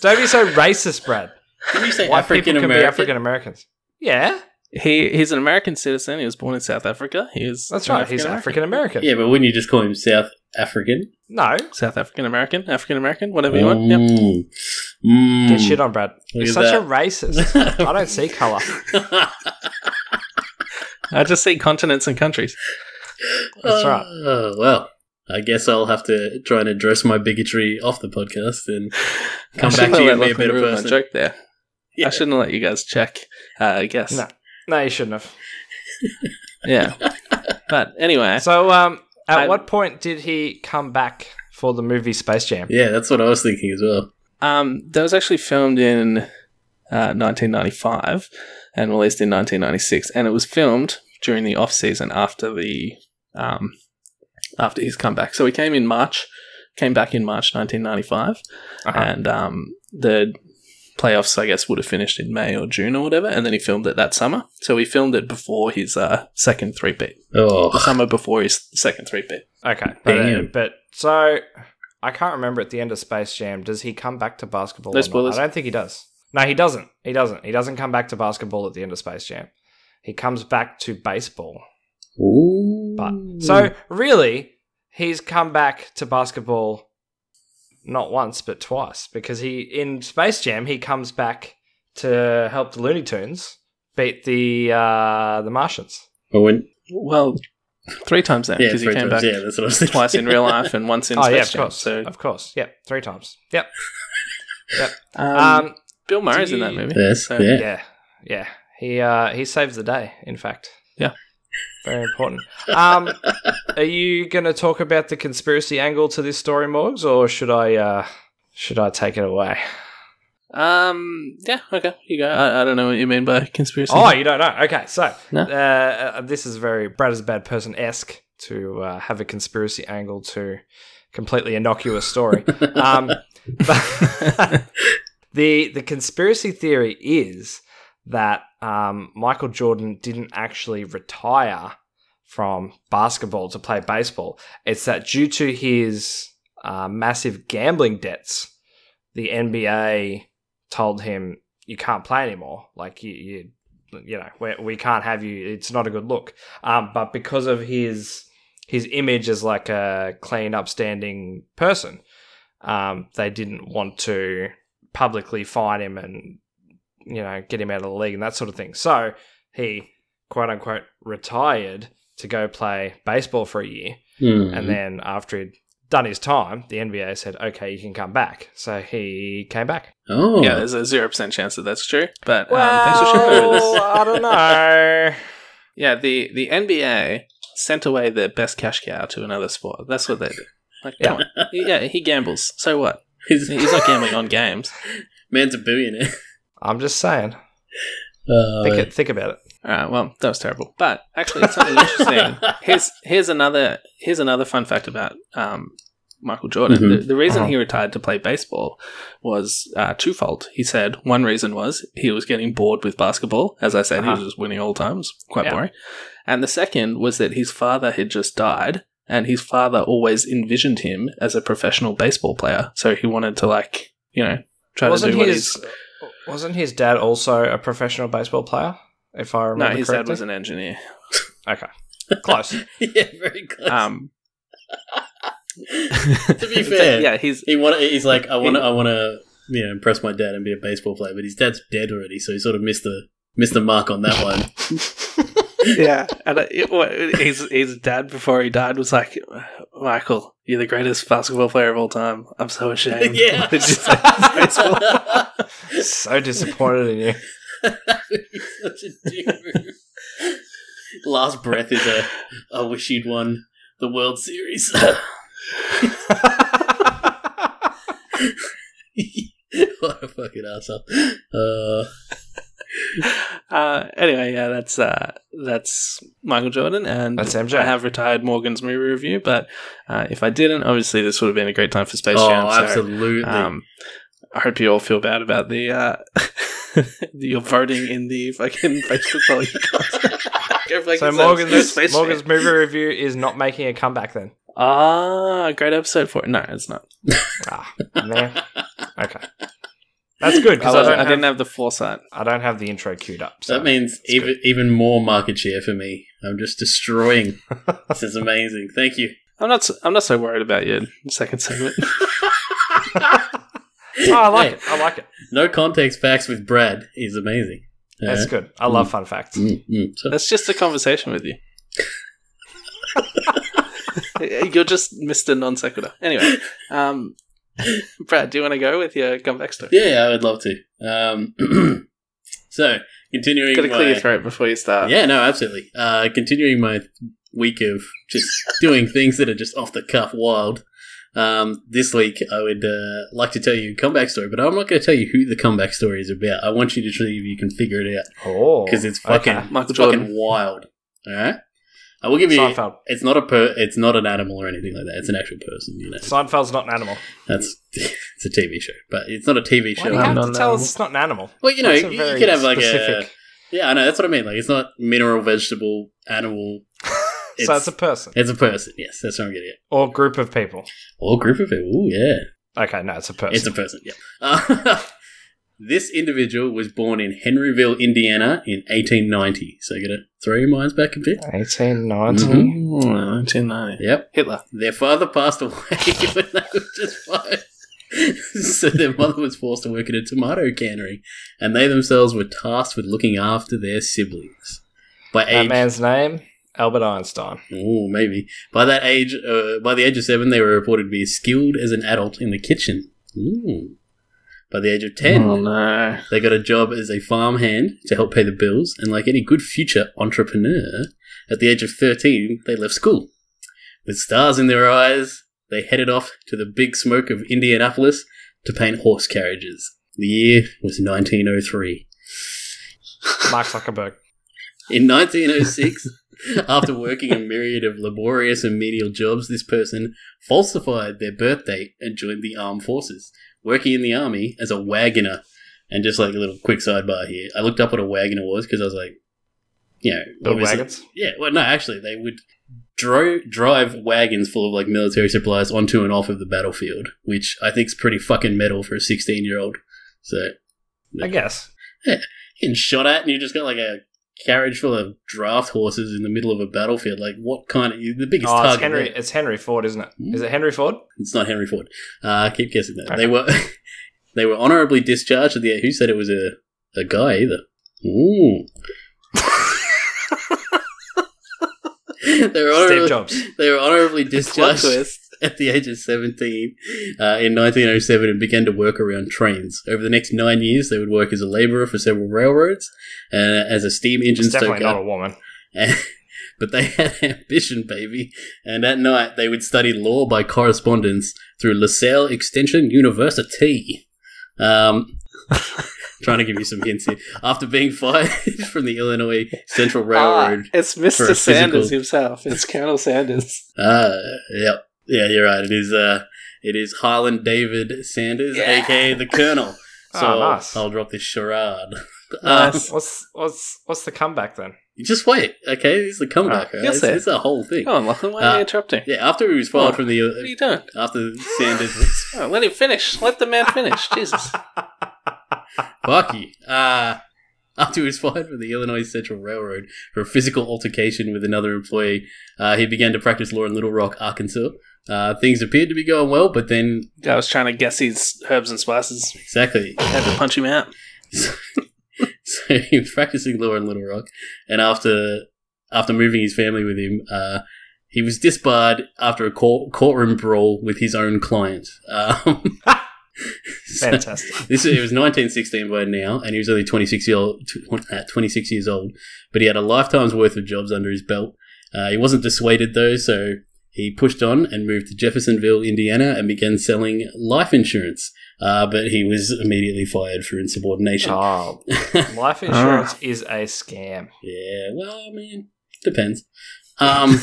S3: Don't be so racist, Brad.
S2: Did you say
S3: White
S2: African
S3: people can be African
S2: American?
S3: Americans. Yeah,
S1: He he's an American citizen. He was born in South Africa. He is
S3: that's
S1: an
S3: right. He's African American.
S2: Yeah, but wouldn't you just call him South African?
S3: No,
S1: South African American, African American, whatever you want. Yep.
S2: Mm.
S3: get
S2: Mm.
S3: shit on, Brad.
S2: Look
S3: You're
S2: at
S3: such
S2: that.
S3: a racist. I don't see color.
S1: I just see continents and countries.
S3: That's right.
S2: Oh, well, I guess I'll have to try and address my bigotry off the podcast and come back to you and be a better person.
S1: joke there.
S2: Yeah.
S1: I shouldn't have let you guys check. Uh, I guess.
S3: No. No, you shouldn't have.
S1: Yeah. but anyway,
S3: So, um, at
S1: I-
S3: what point did he come back for the movie Space Jam?
S2: Yeah, that's what I was thinking as well.
S1: um, that was actually filmed in uh, 1995 and released in 1996, and it was filmed during the off season after the um, after his comeback. So he came in March, came back in March 1995.
S3: Uh-huh.
S1: and um, the playoffs, I guess, would have finished in May or June or whatever. And then he filmed it that summer, so he filmed it before his uh, second three beat, the
S2: Oh,
S1: summer before his second three beat.
S3: Okay, but, uh,
S2: Damn.
S3: but so I can't remember at the end of Space Jam. Does he come back to basketball?
S1: No
S3: or not?
S1: spoilers.
S3: I don't think he does. No, he doesn't. He doesn't. He doesn't come back to basketball at the end of Space Jam. He comes back to baseball.
S2: Ooh.
S3: But so really, he's come back to basketball not once but twice because he in Space Jam he comes back to help the Looney Tunes beat the uh, the Martians.
S2: But when-
S1: Well, three times then
S2: yeah,
S1: because
S2: three
S1: he came
S2: times.
S1: back
S2: yeah, that's what I was thinking.
S1: twice in real life and once in
S3: oh
S1: Space
S3: yeah, of
S1: Jam.
S3: course,
S1: So
S3: of course, yep, three times, yep.
S1: um,
S3: Um,
S1: Bill Murray's
S3: do
S1: in that
S3: you-
S1: movie.
S2: Yes,
S1: So-
S2: yeah.
S3: yeah, yeah. He uh, he saves the day. In fact,
S1: Yeah.
S3: very important. Um, are you going to talk about the conspiracy angle to this story, Morgs, or should I uh, should I take it away?
S1: Um. Yeah. Okay. You go. I, I don't know what you mean by conspiracy.
S3: Oh, you don't know. Okay, so
S1: No.
S3: uh, uh, this is very Brad is a bad person esque to uh, have a conspiracy angle to completely innocuous story. um, but the the conspiracy theory is that um, Michael Jordan didn't actually retire from basketball to play baseball. It's that due to his uh, massive gambling debts, the NBA told him you can't play anymore. Like you, you, you know, we, we can't have you. It's not a good look. Um, but because of his his image as like a clean, upstanding person, um, they didn't want to publicly fine him and you know get him out of the league and that sort of thing. So he quote unquote retired to go play baseball for a year.
S2: Hmm.
S3: And then after he'd done his time, the NBA said, "Okay, you can come back." So he came back.
S2: oh,
S1: Yeah. There's a zero percent chance that that's true. But um, thanks for sharing with us.
S3: I don't know.
S1: Yeah, the, the NBA sent away their best cash cow to another sport. That's what they do. Like,
S3: Yeah.
S1: come on. yeah, he gambles. So what?
S2: he's,
S1: He's not gambling on games.
S2: man's a billionaire.
S3: I'm just saying.
S2: Oh,
S3: Think, it, think about it.
S1: All right, well, that was terrible. But actually, it's something interesting. Here's here's another here's another fun fact about um, Michael Jordan.
S2: Mhm.
S1: The, the reason
S3: Uh-huh.
S1: he retired to play baseball was uh, twofold. He said one reason was he was getting bored with basketball. As I said, he was
S3: Uh-huh.
S1: just winning all the time. It was quite
S3: Yeah.
S1: boring. And the second was that his father had just died, and his father always envisioned him as a professional baseball player. So he wanted to like you know try
S3: wasn't
S1: to do what
S3: his
S1: he's.
S3: wasn't his dad also a professional baseball player? If I
S1: No,
S3: remember
S1: his dad
S3: correctly,
S1: was an engineer.
S3: okay, close.
S2: yeah, very close.
S1: Um,
S2: to be fair,
S1: yeah, he's
S2: he want. He's like, I want to. I want to. You know, impress my dad and be a baseball player, but his dad's dead already, so he sort of missed the missed the mark on that one.
S1: yeah, and I- it, wa- his his dad before he died was like, Michael, you're the greatest basketball player of all time. I'm so ashamed.
S2: Yeah.
S1: Why did you say baseball?
S3: so disappointed in you.
S2: He's such a dick move. Last breath is a. I wish you'd won the World Series. what a fucking asshole. Uh,
S1: uh, anyway, yeah, that's uh, that's Michael Jordan, and
S3: That's MJ.
S1: I have retired Morgan's movie review, but uh, if I didn't, obviously this would have been a great time for Space
S2: oh,
S1: Jam. so,
S2: absolutely.
S1: Um, I hope you all feel bad about the uh, your voting in the fucking basketball. You guys.
S3: so Morgan's Morgan's movie review is not making a comeback. Then
S1: Ah, great episode for it. No, it's not.
S3: ah, man. okay, that's good because I,
S1: Oh, I,
S3: don't.
S1: didn't
S3: have,
S1: have the foresight.
S3: I don't have the intro queued up. So
S2: that means even even more market share for me. I'm just destroying. this is amazing. Thank you.
S1: I'm not. So, I'm not so worried about your second segment.
S3: oh, I like it. I like it.
S2: No context facts with Brad is amazing. Uh,
S3: That's good. I love fun facts.
S2: Mm, mm. So-
S1: That's just a conversation with you. You're just Mister Non Sequitur. Anyway, um, Brad, do you want to go with your comeback story?
S2: Yeah, yeah, I would love to. Um, so continuing,
S1: Got to clear
S2: my-
S1: your throat before you start.
S2: Yeah, no, absolutely. Uh, continuing my week of just doing things that are just off the cuff, wild. Um, this week, I would uh, like to tell you a comeback story, but I'm not going to tell you who the comeback story is about. I want you to see if you can figure it out
S3: Oh,
S2: because it's fucking
S3: okay.
S1: Michael
S2: it's
S1: Jordan.
S2: fucking wild. All right, I will give you.
S3: Seinfeld.
S2: It's not a per. It's not an animal or anything like that. It's an actual person. You know,
S3: Seinfeld's not an animal.
S2: that's it's a TV show, but it's not a TV
S3: Why
S2: show.
S3: do you
S1: I'm
S3: have
S1: not
S3: to
S1: an
S3: tell
S1: animal.
S3: us it's not an animal?
S2: well, you know,
S3: That's a
S2: you, you
S3: very
S2: could have like a
S3: specific.
S2: yeah. I know that's what I mean. Like it's not mineral, vegetable, animal.
S3: so it's a person
S2: It's a person, yes. That's what I'm getting at.
S3: or group of people.
S2: Or group of people. Ooh, yeah.
S3: Okay, no, it's a person.
S2: It's a person, yeah. Uh, this individual was born in Henryville, Indiana in 1890. So you gotta throw your minds back a Mm-hmm. bit.
S3: 1890.
S1: Mm, 1990.
S2: Yep.
S1: Hitler.
S2: Their father passed away when they were just five. so their mother was forced to work in a tomato cannery, and they themselves were tasked with looking after their siblings. By
S3: That
S2: age
S3: man's name, Albert Einstein.
S2: Oh, maybe. By that age, uh, by the age of seven, they were reported to be as skilled as an adult in the kitchen. Ooh. By the age of ten,
S1: Oh no.
S2: they got a job as a farmhand to help pay the bills, and like any good future entrepreneur, at the age of thirteen, they left school. With stars in their eyes, they headed off to the big smoke of Indianapolis to paint horse carriages. The year was 1903.
S3: Mark Zuckerberg.
S2: In 1906, after working a myriad of laborious and menial jobs, this person falsified their birth date and joined the armed forces, working in the army as a wagoner. And just like a little quick sidebar here, I looked up what a wagoner was because I was like, you know,
S3: Build
S2: obviously-
S3: wagons.
S2: yeah, well, no, actually, they would dro- drive wagons full of like military supplies onto and off of the battlefield, which I think is pretty fucking metal for a 16 year old. So
S3: I guess.
S2: getting shot at, and you just got like a carriage full of draft horses in the middle of a battlefield. Like, what kind of the biggest
S3: Oh, it's
S2: target?
S3: Henry.
S2: there-
S3: It's Henry Ford, isn't it? Is it Henry Ford?
S2: It's not Henry Ford. Uh, keep guessing that
S3: Okay.
S2: they were they were honorably discharged. At the who said it was a a guy either? Ooh. they were
S3: Steve
S2: honorably,
S3: Jobs.
S2: they were honorably
S1: Plot
S2: discharged
S1: twist.
S2: at the age of 17 uh, in 1907 and began to work around trains. Over the next nine years, they would work as a labourer for several railroads, uh, as a steam engine
S3: It's definitely not
S2: stoker.
S3: a woman.
S2: but they had ambition, baby. And at night, they would study law by correspondence through LaSalle Extension University. Um, trying to give you some hints here. After being fired from the Illinois Central Railroad.
S1: Ah, it's
S2: for a
S1: Mr. Sanders
S2: physical-
S1: himself. It's Colonel Sanders.
S2: Uh, yep. Yeah, you're right. It is uh it is Harlan David Sanders,
S1: Yeah. Ah,
S2: aka the Colonel. So
S3: oh, nice.
S2: I'll drop this charade.
S1: Nice.
S2: Um,
S3: What's what's what's the comeback then?
S2: just wait, okay? This is the comeback, right?
S1: Ah, yes,
S2: It's,
S1: sir. Oh.
S2: it's a whole thing.
S1: Come on, Lachlan, why are
S2: Uh,
S1: you interrupting?
S2: Yeah, after he was fired
S1: Oh.
S2: from the
S1: What are you
S2: uh,
S1: doing?
S2: after Sanders was
S1: Oh, let him finish. Let the man finish. Jesus.
S2: fuck you. Uh after he was fired from the Illinois Central Railroad for a physical altercation with another employee, uh, he began to practice law in Little Rock, Arkansas. Uh, things appeared to be going well, but then
S1: I was trying to guess these herbs and spices.
S2: exactly
S1: Had to punch him out.
S2: so he was practicing law in Little Rock, and after after moving his family with him, uh, he was disbarred after a court, courtroom brawl with his own client. Um, so
S3: Fantastic.
S2: this it was 1916 by now, and he was only 26 year old, tw- uh, 26 years old, but he had a lifetime's worth of jobs under his belt. Uh, he wasn't dissuaded though, so he pushed on and moved to Jeffersonville, Indiana, and began selling life insurance. Uh, but he was immediately fired for insubordination.
S3: oh, life insurance is a scam.
S2: Yeah, well, I mean, depends. Um,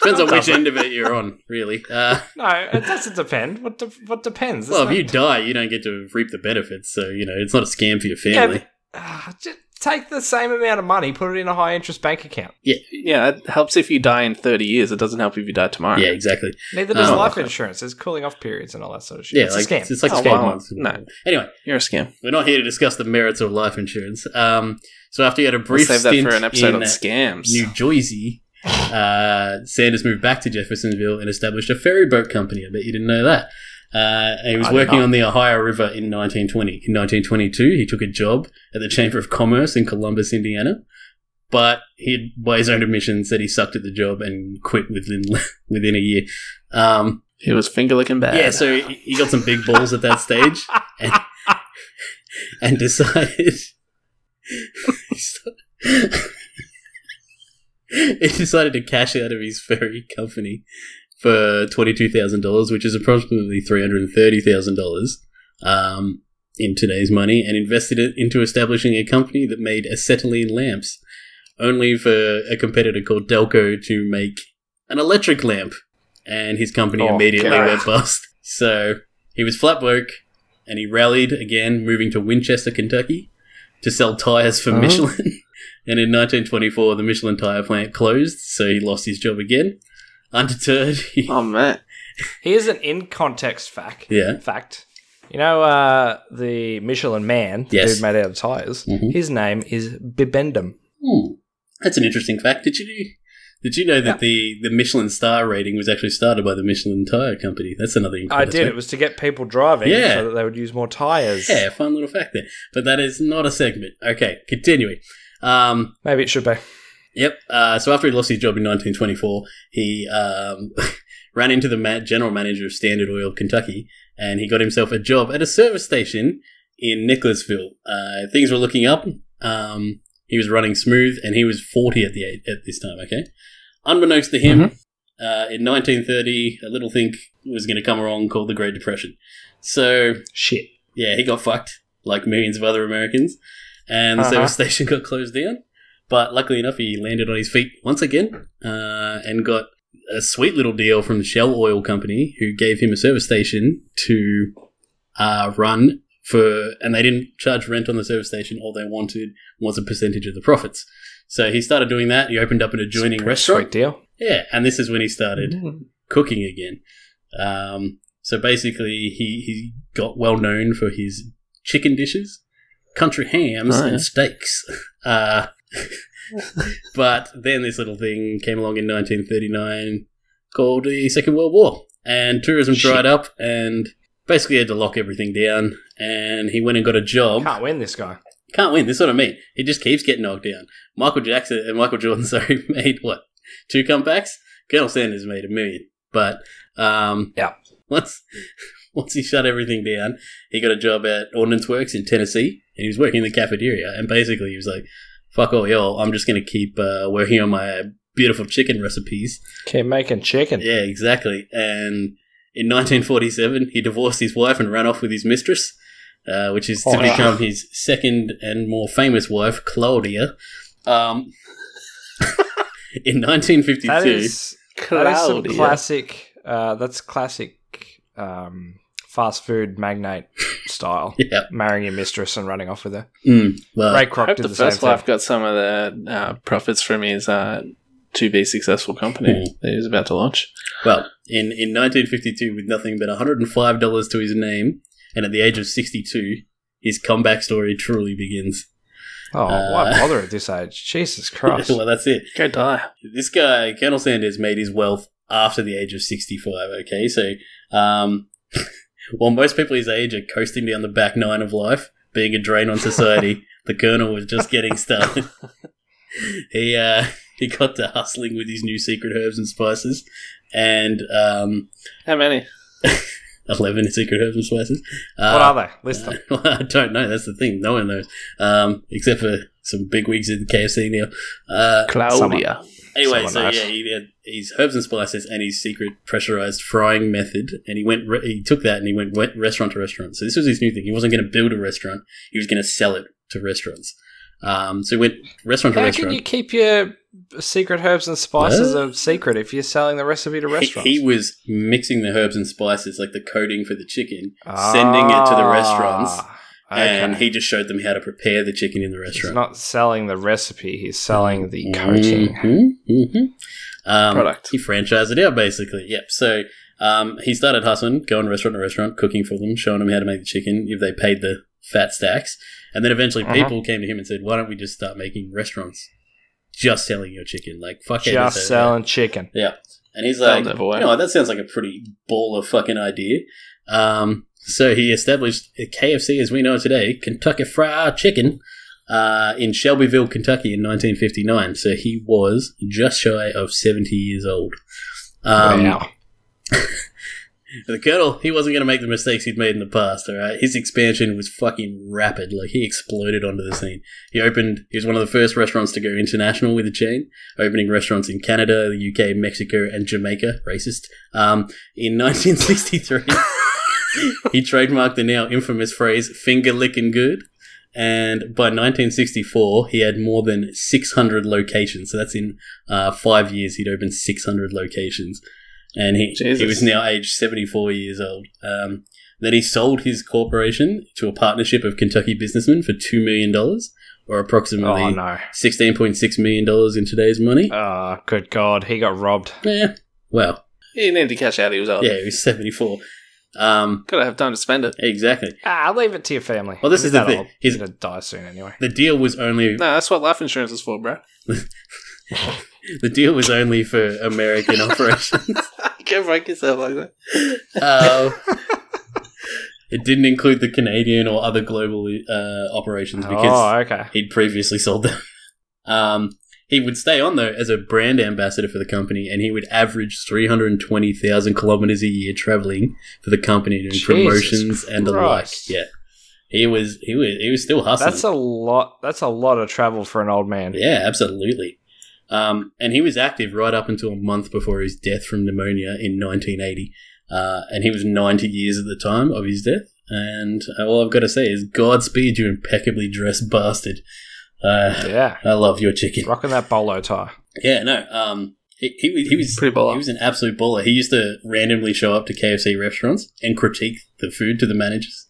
S2: depends on which end of it you're on, really. Uh,
S3: No, it doesn't depend. What de- what depends?
S2: well,
S3: It's
S2: if you
S3: not-
S2: die, you don't get to reap the benefits, so you know it's not a scam for your
S3: Yeah,
S2: family.
S3: but- Ah, just take the same amount of money, put it in a high interest bank account.
S1: Yeah, it helps if you die in 30 years. It doesn't help if you die tomorrow.
S2: Yeah, exactly.
S3: Neither does
S2: Oh,
S3: life
S1: okay.
S3: insurance. There's cooling off periods and all that sort of shit.
S2: Yeah,
S3: it's
S2: like
S3: a scam.
S2: It's, it's like
S1: Oh,
S2: scam
S1: wow.
S2: months.
S1: No.
S2: Anyway,
S1: You're a scam.
S2: we're not here to discuss the merits of life insurance. Um, so after you had a
S1: We'll
S2: brief
S1: save that
S2: stint
S1: for an episode
S2: in
S1: on scams.
S2: New Jersey, uh, Sanders moved back to Jeffersonville and established a ferry boat company. I bet you didn't know that. Uh, and he was
S3: I did
S2: working
S3: not.
S2: on the Ohio River in 1920. In 1922, he took a job at the Chamber of Commerce in Columbus, Indiana. but he, by his own admission, said he sucked at the job and quit within within a year. Um,
S1: He was finger licking bad.
S2: yeah, so he he got some big balls at that stage and, and decided. he decided to cash out of his ferry company for $22,000, which is approximately $330,000 um, in today's money, and invested it into establishing a company that made acetylene lamps, only for a competitor called Delco to make an electric lamp. And his company
S3: Oh,
S2: immediately
S1: God.
S2: went bust. So he was flat broke, and he rallied again, moving to Winchester, Kentucky, to sell tires for
S1: Oh.
S2: Michelin. and in 1924, the Michelin tire plant closed, so he lost his job again. Undeterred, he-
S1: Oh man.
S3: Here's an in context fact.
S2: yeah,
S3: Fact. You know uh, the Michelin Man, the
S2: Yes.
S3: dude made out of tires.
S2: Mhm.
S3: His name is Bibendum.
S2: Hmm. that's an interesting fact. Did you did you know that the, the Michelin star rating was actually started by the Michelin tire company? That's another.
S3: I
S2: incredible
S3: did. It
S2: fact.
S3: was to get people driving
S2: Yeah.
S3: so that they would use more tires.
S2: Yeah, fun little fact there. But that is not a segment. Okay, continuing. Um,
S3: Maybe it should be.
S2: Yep. Uh, so after he lost his job in 1924, he um, ran into the ma- general manager of Standard Oil of Kentucky, and he got himself a job at a service station in Nicholasville. Uh, things were looking up. Um, he was running smooth, and he was 40 at the age, at this time. Okay. Unbeknownst to him, uh, in 1930, a little thing was going to come along called the Great Depression. So
S3: Shit.
S2: yeah, he got fucked, like millions of other Americans. And the
S3: Uh-huh.
S2: service station got closed down. But luckily enough, he landed on his feet once again uh, and got a sweet little deal from the Shell Oil Company, who gave him a service station to uh, run for. And they didn't charge rent on the service station. All they wanted was a percentage of the profits. So he started doing that. He opened up an adjoining
S3: Sweet
S2: restaurant.
S3: deal. Mm-hmm.
S2: Yeah, and this is when he started cooking again. Um, so basically, he, he got well known for his chicken dishes, country hams,
S1: Oh, yeah.
S2: and steaks. Uh, but then this little thing came along in 1939 called the Second World War, and tourism
S1: Shit.
S2: dried up, and basically had to lock everything down. And he went and got a job
S3: Can't win this guy.
S2: can't win. That's what I mean. He just keeps getting knocked down. Michael Jackson and Michael Jordan, sorry, made what two comebacks. Colonel Sanders made a million, but um,
S3: Yeah.
S2: Once once he shut everything down, he got a job at Ordnance Works in Tennessee, and he was working in the cafeteria. And basically, he was like, "Fuck all y'all. I'm just gonna keep uh, working on my beautiful chicken recipes."
S3: Keep making chicken.
S2: Yeah, exactly. And in 1947, he divorced his wife and ran off with his mistress, uh, which is to
S3: Oh,
S2: become his second and more famous wife, Claudia. Um, in 1952,
S3: That is, that is some
S1: Cloudy.
S3: classic. Uh, that's classic um, fast food magnate style.
S2: yeah,
S3: Marrying your mistress and running off with her.
S2: mm, well,
S3: Ray
S1: I
S3: Kroc
S1: hope
S3: did
S1: the,
S3: the,
S1: first
S3: same
S1: wife
S3: thing.
S1: got some of the uh, profits from his uh, to be successful company
S2: Hmm.
S1: that he was about to launch.
S2: well, in in 1952, with nothing but 105 dollars to his name, and at the age of 62, his comeback story truly begins.
S3: Oh, why
S2: Uh,
S3: bother at this age? Jesus Christ.
S2: well, that's it.
S1: Go die.
S2: this guy, Colonel Sanders, made his wealth after the age of 65, okay? So, um, while most people his age are coasting down the back nine of life, being a drain on society, the Colonel was just getting started. he, uh, he got to hustling with his new secret herbs and spices and um,
S1: How many?
S2: 11 secret herbs and spices.
S3: what
S2: Uh,
S3: are they? List them.
S2: I don't know. That's the thing. No one knows, um, except for some bigwigs in KFC now. Uh,
S1: Claudia.
S2: Anyway,
S3: Someone
S2: so
S3: nice.
S2: yeah, he had his herbs and spices and his secret pressurized frying method, and he went. Re- he took that and he went went restaurant to restaurant. So this was his new thing. He wasn't going to build a restaurant; he was going to sell it to restaurants. Um, so he went restaurant to
S3: How can
S2: restaurant.
S3: you keep your secret herbs and spices a secret if you're selling the recipe to
S2: He-
S3: restaurants?
S2: He, was mixing the herbs and spices, like the coating for the chicken, sending it to the restaurants,
S3: Ah,
S2: and
S3: okay.
S2: he just showed them how to prepare the chicken in the
S3: He's
S2: restaurant.
S3: not selling the recipe, he's selling the
S2: Mm-hmm.
S3: coating. Mm-hmm,
S2: Mhm, mhm. Um,
S1: Product.
S2: He franchised it out basically. Yep. So um, he started hustling, going restaurant to restaurant, cooking for them, showing them how to make the chicken if they paid the fat stacks, and then eventually
S3: Uh-huh.
S2: people came to him and said, "Why don't we just start making restaurants, just selling your chicken? Like fuck it,
S3: Just
S2: it's over."
S3: selling chicken.
S2: And he's
S1: That'll
S2: like,
S1: never work.
S2: you know, what, that sounds like a pretty baller fucking idea. Um, so he established a KFC as we know it today, Kentucky Fried Chicken, uh, in Shelbyville, Kentucky in 1959. So he was just shy of 70 years old. Um,
S3: wow.
S2: The Colonel, he wasn't going to make the mistakes he'd made in the past, all right? His expansion was fucking rapid. Like, he exploded onto the scene. He opened, he was one of the first restaurants to go international with the chain, opening restaurants in Canada, the UK, Mexico, and Jamaica. Racist. Um, in 1963, he trademarked the now infamous phrase, finger licking good. And by 1964, he had more than 600 locations. So that's in uh, five years, he'd opened 600 locations and he,
S1: Jesus.
S2: he was now aged 74 years old. Um, then he sold his corporation to a partnership of Kentucky businessmen for $2 million, or approximately
S3: Oh no.
S2: $16.6 million in today's money.
S3: Oh, good God, he got robbed.
S2: yeah. Well,
S1: He needed to cash out. He was old.
S2: yeah, he was 74. Um,
S1: Gotta have time to spend it.
S2: exactly.
S3: Ah, leave it to your family.
S2: Well, this
S3: He's
S2: is the
S3: that
S2: thing.
S3: old.
S2: He's-
S3: He's gonna die soon anyway.
S2: The deal was only
S1: No, that's what life insurance is for, bro.
S2: the deal was only for American operations.
S1: Can't break yourself like that.
S2: Uh, it didn't include the Canadian or other global uh, operations because
S3: Oh, okay.
S2: he'd previously sold them. Um, he would stay on though as a brand ambassador for the company, and he would average three hundred and twenty thousand kilometers a year traveling for the company doing
S3: Jesus
S2: promotions and the like.
S3: Christ.
S2: Yeah, he was he was he was still hustling.
S3: That's a lot. That's a lot of travel for an old man.
S2: yeah, absolutely. Um, and he was active right up until a month before his death from pneumonia in 1980. Uh, and he was 90 years at the time of his death. And uh, all I've got to say is, Godspeed, you impeccably dressed bastard. Uh,
S3: Yeah.
S2: I love your chicken.
S3: Rocking that bolo tie.
S2: Yeah, no. Um, he, he was he was
S1: Pretty baller.
S2: He was an absolute baller. He used to randomly show up to KFC restaurants and critique the food to the managers.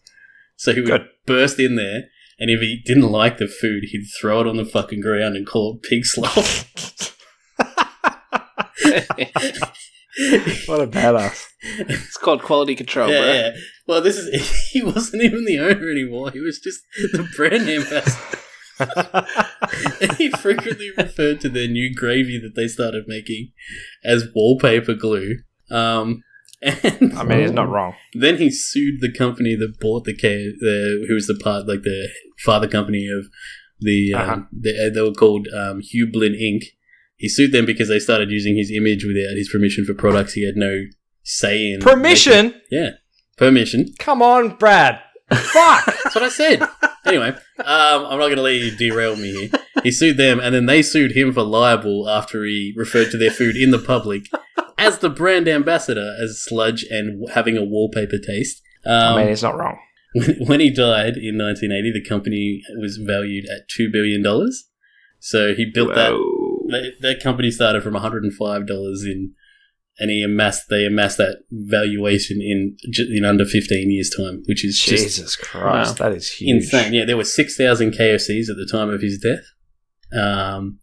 S2: So he would
S3: Good.
S2: burst in there, and if he didn't like the food, he'd throw it on the fucking ground and call it pig slop.
S3: What a badass.
S1: It's called quality control,
S2: yeah,
S1: bro.
S2: yeah. Well, this is he wasn't even the owner anymore. He was just the brand ambassador. And he frequently referred to their new gravy that they started making as wallpaper glue. Um, and
S3: I mean, he's not wrong.
S2: Then he sued the company that bought the K, the who was the part like the father company of the, um,
S3: Uh-huh.
S2: the they were called um, Hublin Inc. He sued them because they started using his image without his permission for products he had no say in.
S3: Permission?
S2: Yeah, permission.
S3: Come on, Brad. Fuck.
S2: That's what I said. anyway, um, I'm not going to let you derail me here. He sued them, and then they sued him for libel after he referred to their food in the public as the brand ambassador as sludge and w- having a wallpaper taste. Um,
S3: I mean, he's not wrong.
S2: when, when he died in 1980, the company was valued at two billion dollars. So he built
S1: Whoa.
S2: that. That that company started from 105 dollars in, and he amassed they amassed that valuation in ju- in under 15 years time, which is just
S3: Jesus Christ, that is huge.
S2: insane. Yeah, there were 6,000 KFCs at the time of his death, um,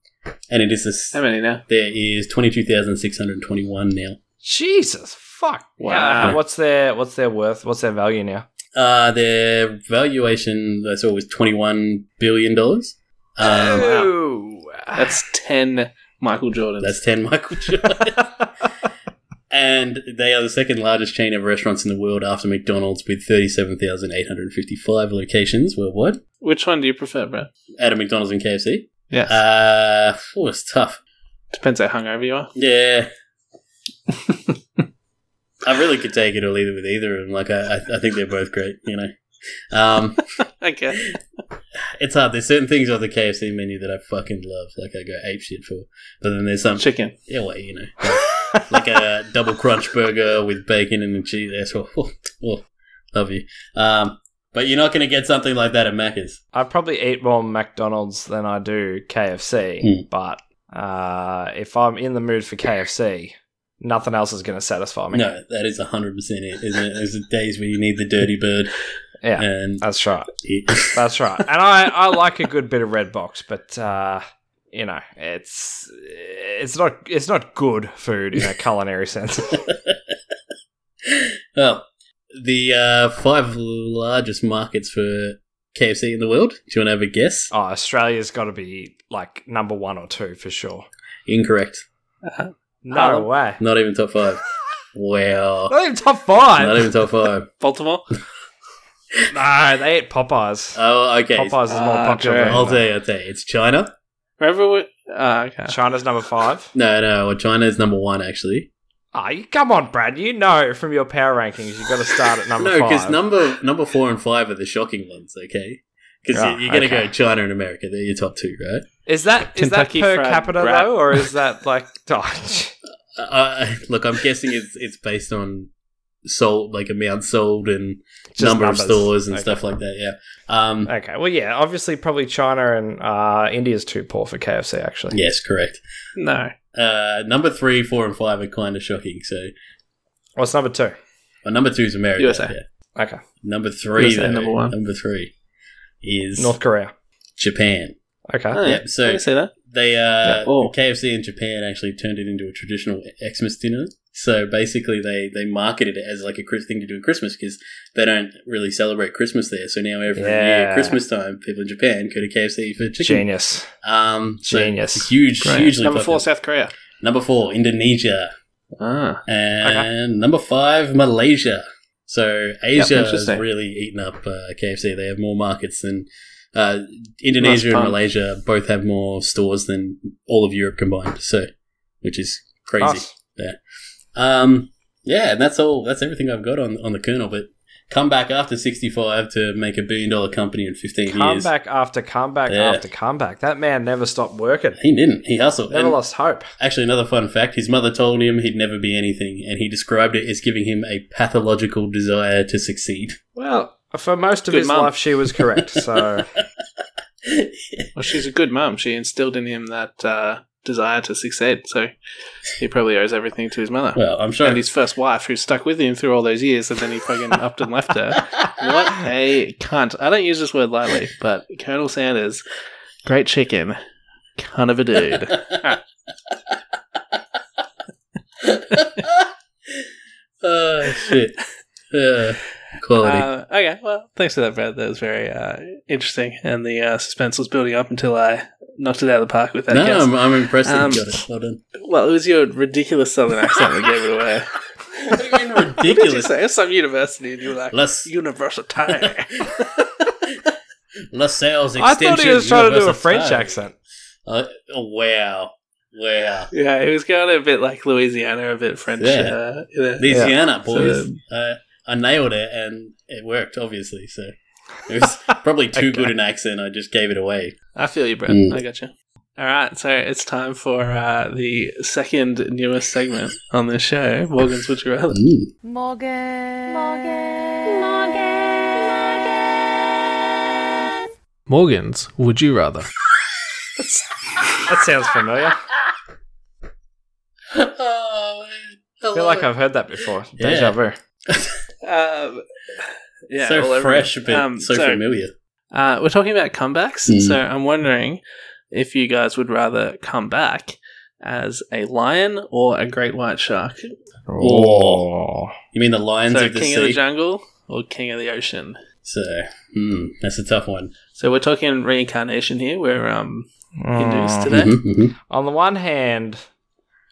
S2: and it is this.
S1: How many now?
S2: There is 22,621 now.
S3: Jesus fuck.
S1: Wow.
S3: Yeah, What's their What's their worth? What's their value now?
S2: Uh, their valuation, I saw, was $21 billion. Um,
S1: That's ten Michael Jordans.
S2: That's 10 Michael Jordan. and they are the second largest chain of restaurants in the world after McDonald's with 37,855 locations worldwide.
S1: Which one do you prefer, bro?
S2: Out of McDonald's and KFC.
S1: Yeah,
S2: Uh, oh, it's tough.
S1: depends how hungover you are.
S2: Yeah. I really could take it or leave it with either of them. Like, I, I- I think they're both great, you know. Um,
S1: Okay.
S2: it's hard. There's certain things on the KFC menu that I fucking love, like I go ape shit for. But then there's some
S1: Chicken.
S2: Yeah, well, you know, like a double crunch burger with bacon and the cheese. That's what, oh, oh, love you. Um, but you're not going to get something like that at Macca's.
S3: I probably eat more McDonald's than I do KFC,
S2: Hmm.
S3: but uh, if I'm in the mood for KFC, nothing else is going to satisfy me.
S2: No, that is 100% it, isn't it? There's days where you need the dirty bird.
S3: Yeah. Uh,
S2: And
S3: That's right.
S2: it-
S3: That's right. And I, I like a good bit of red box, but uh, you know, it's it's not it's not good food in a culinary sense.
S2: well, the uh, five largest markets for KFC in the world. Do you want to have a guess?
S3: Oh, Australia's got to be like number one or two for sure.
S2: Incorrect.
S3: No
S1: Ireland.
S3: way.
S2: Not even top five. Wow.
S3: Not even top five.
S2: Not even top five.
S1: Baltimore.
S3: No, they ate Popeyes.
S2: Oh, okay.
S3: Popeyes is more
S1: Ah,
S3: popular.
S1: true.
S3: than
S2: I'll
S3: that.
S2: tell you, I'll tell you. It's China.
S1: Remember what? Ah, okay.
S3: China's number five.
S2: No, no. Well, China is number one, actually.
S3: Ah, you come on, Brad. You know from your power rankings, you've got to start at number
S2: No,
S3: five.
S2: because number number four and five are the shocking ones. Okay, because
S3: Right,
S2: you're going to
S3: okay.
S2: go China and America. They're your top two, right?
S3: is that is
S1: Kentucky
S3: that per
S1: Fried
S3: capita
S1: Brat.
S3: though, or is that like oh,
S2: Uh, look, I'm guessing it's it's based on sold, like amount sold and
S3: Just
S2: number
S3: numbers.
S2: of stores and
S3: Okay.
S2: stuff like that. Yeah. Um,
S3: Okay, well, yeah, obviously, probably China and uh, India's too poor for KFC. Actually,
S2: Yes, correct.
S1: No.
S2: Uh, number three, four, and five are kind of shocking. So,
S3: what's number two?
S2: well, number two is America.
S1: USA.
S2: yeah.
S3: Okay,
S2: Number three,
S1: USA,
S2: though,
S1: number
S2: number
S1: one.
S2: three is
S3: North Korea.
S2: Japan.
S3: Okay,
S1: Oh,
S2: yeah, so-
S1: I can see that.
S2: They uh,
S1: Yeah, oh.
S2: KFC in Japan actually turned it into a traditional Xmas dinner. So basically, they they marketed it as like a Chris thing to do at Christmas because they don't really celebrate Christmas there. So now every
S3: Yeah.
S2: year Christmas time, people in Japan go to KFC for chicken.
S3: genius.
S2: Um, so
S3: Genius.
S2: it's Huge,
S1: Great.
S2: hugely
S1: Number four,
S2: popular.
S1: South Korea.
S2: Number four, Indonesia.
S1: Ah.
S2: And number five, Malaysia. So Asia has
S1: interesting.
S2: really eaten up uh, KFC. They have more markets than uh, Indonesia
S1: Nice
S2: and
S1: pun.
S2: Malaysia both have more stores than all of Europe combined. So, which is crazy.
S3: Us.
S2: Um, yeah, and that's all. That's everything I've got on on the kernel. But come back after sixty five to make a billion dollar company in fifteen years.
S3: Comeback after comeback
S2: Yeah.
S3: after comeback. That man never stopped working.
S2: He didn't. He hustled.
S3: Never
S2: And-
S3: lost hope.
S2: Actually, another fun fact his mother told him he'd never be anything, and he described it as giving him a pathological desire to succeed.
S3: Well, for most of
S1: Good
S3: his
S1: mum.
S3: life, she was correct. So
S1: Well, she's a good mum. She instilled in him that uh, desire to succeed. So he probably owes everything to his mother.
S2: well, I'm sure.
S1: and his first wife, who stuck with him through all those years, and then he fucking upped and left her. What a cunt. I don't use this word lightly, but Colonel Sanders, great chicken, cunt of a dude.
S2: oh, shit. Uh, quality.
S1: Uh, okay, well, thanks for that, Brad. That was very uh, interesting, and the uh, suspense was building up until I knocked it out of the park with that.
S2: no,
S1: guess.
S2: I'm, I'm impressed that you
S1: um,
S2: got it. Well done.
S1: Well, it was your ridiculous southern accent that gave it away.
S2: What do you mean
S1: What did you
S2: ridiculous?
S1: say? It was some university, and you were like,
S2: Less,
S1: university.
S2: less sales
S3: I
S2: extension.
S3: thought he was trying to do a
S2: universal
S3: French
S2: time.
S3: accent.
S2: Uh, oh, wow. Wow.
S1: yeah, it was kind of a bit like Louisiana, a bit French.
S2: Yeah.
S1: Uh, you know.
S2: Louisiana, boys.
S1: So-
S2: uh, I nailed it, and it worked. Obviously, so it was probably too good an accent. I just gave it away.
S1: I feel you, Brett.
S2: Mm.
S1: I got you. All right, so it's time for uh, the second newest segment on the show, Morgan's Would You Rather.
S2: Oh,
S5: Morgan. Morgan. Morgan.
S1: Morgan's Would You Rather.
S3: That sounds familiar. I
S2: oh man, I
S3: feel
S2: love
S3: like
S2: it.
S3: I've heard that before.
S2: Yeah.
S3: Deja vu.
S1: Um, yeah, all
S2: so
S1: over
S2: fresh,
S1: it.
S2: but
S1: Um,
S2: so, familiar.
S1: Uh, we're talking about comebacks,
S2: Mm.
S1: so I'm wondering if you guys would rather come back as a lion or a great white shark.
S2: Oh. You mean the lions
S1: so
S2: of the
S1: king
S2: sea?
S1: of the jungle or king of the ocean.
S2: so hmm, that's a tough one.
S1: So we're talking reincarnation here. We're um, Hindus
S3: Mm.
S1: today.
S2: Mm-hmm,
S3: On the one hand,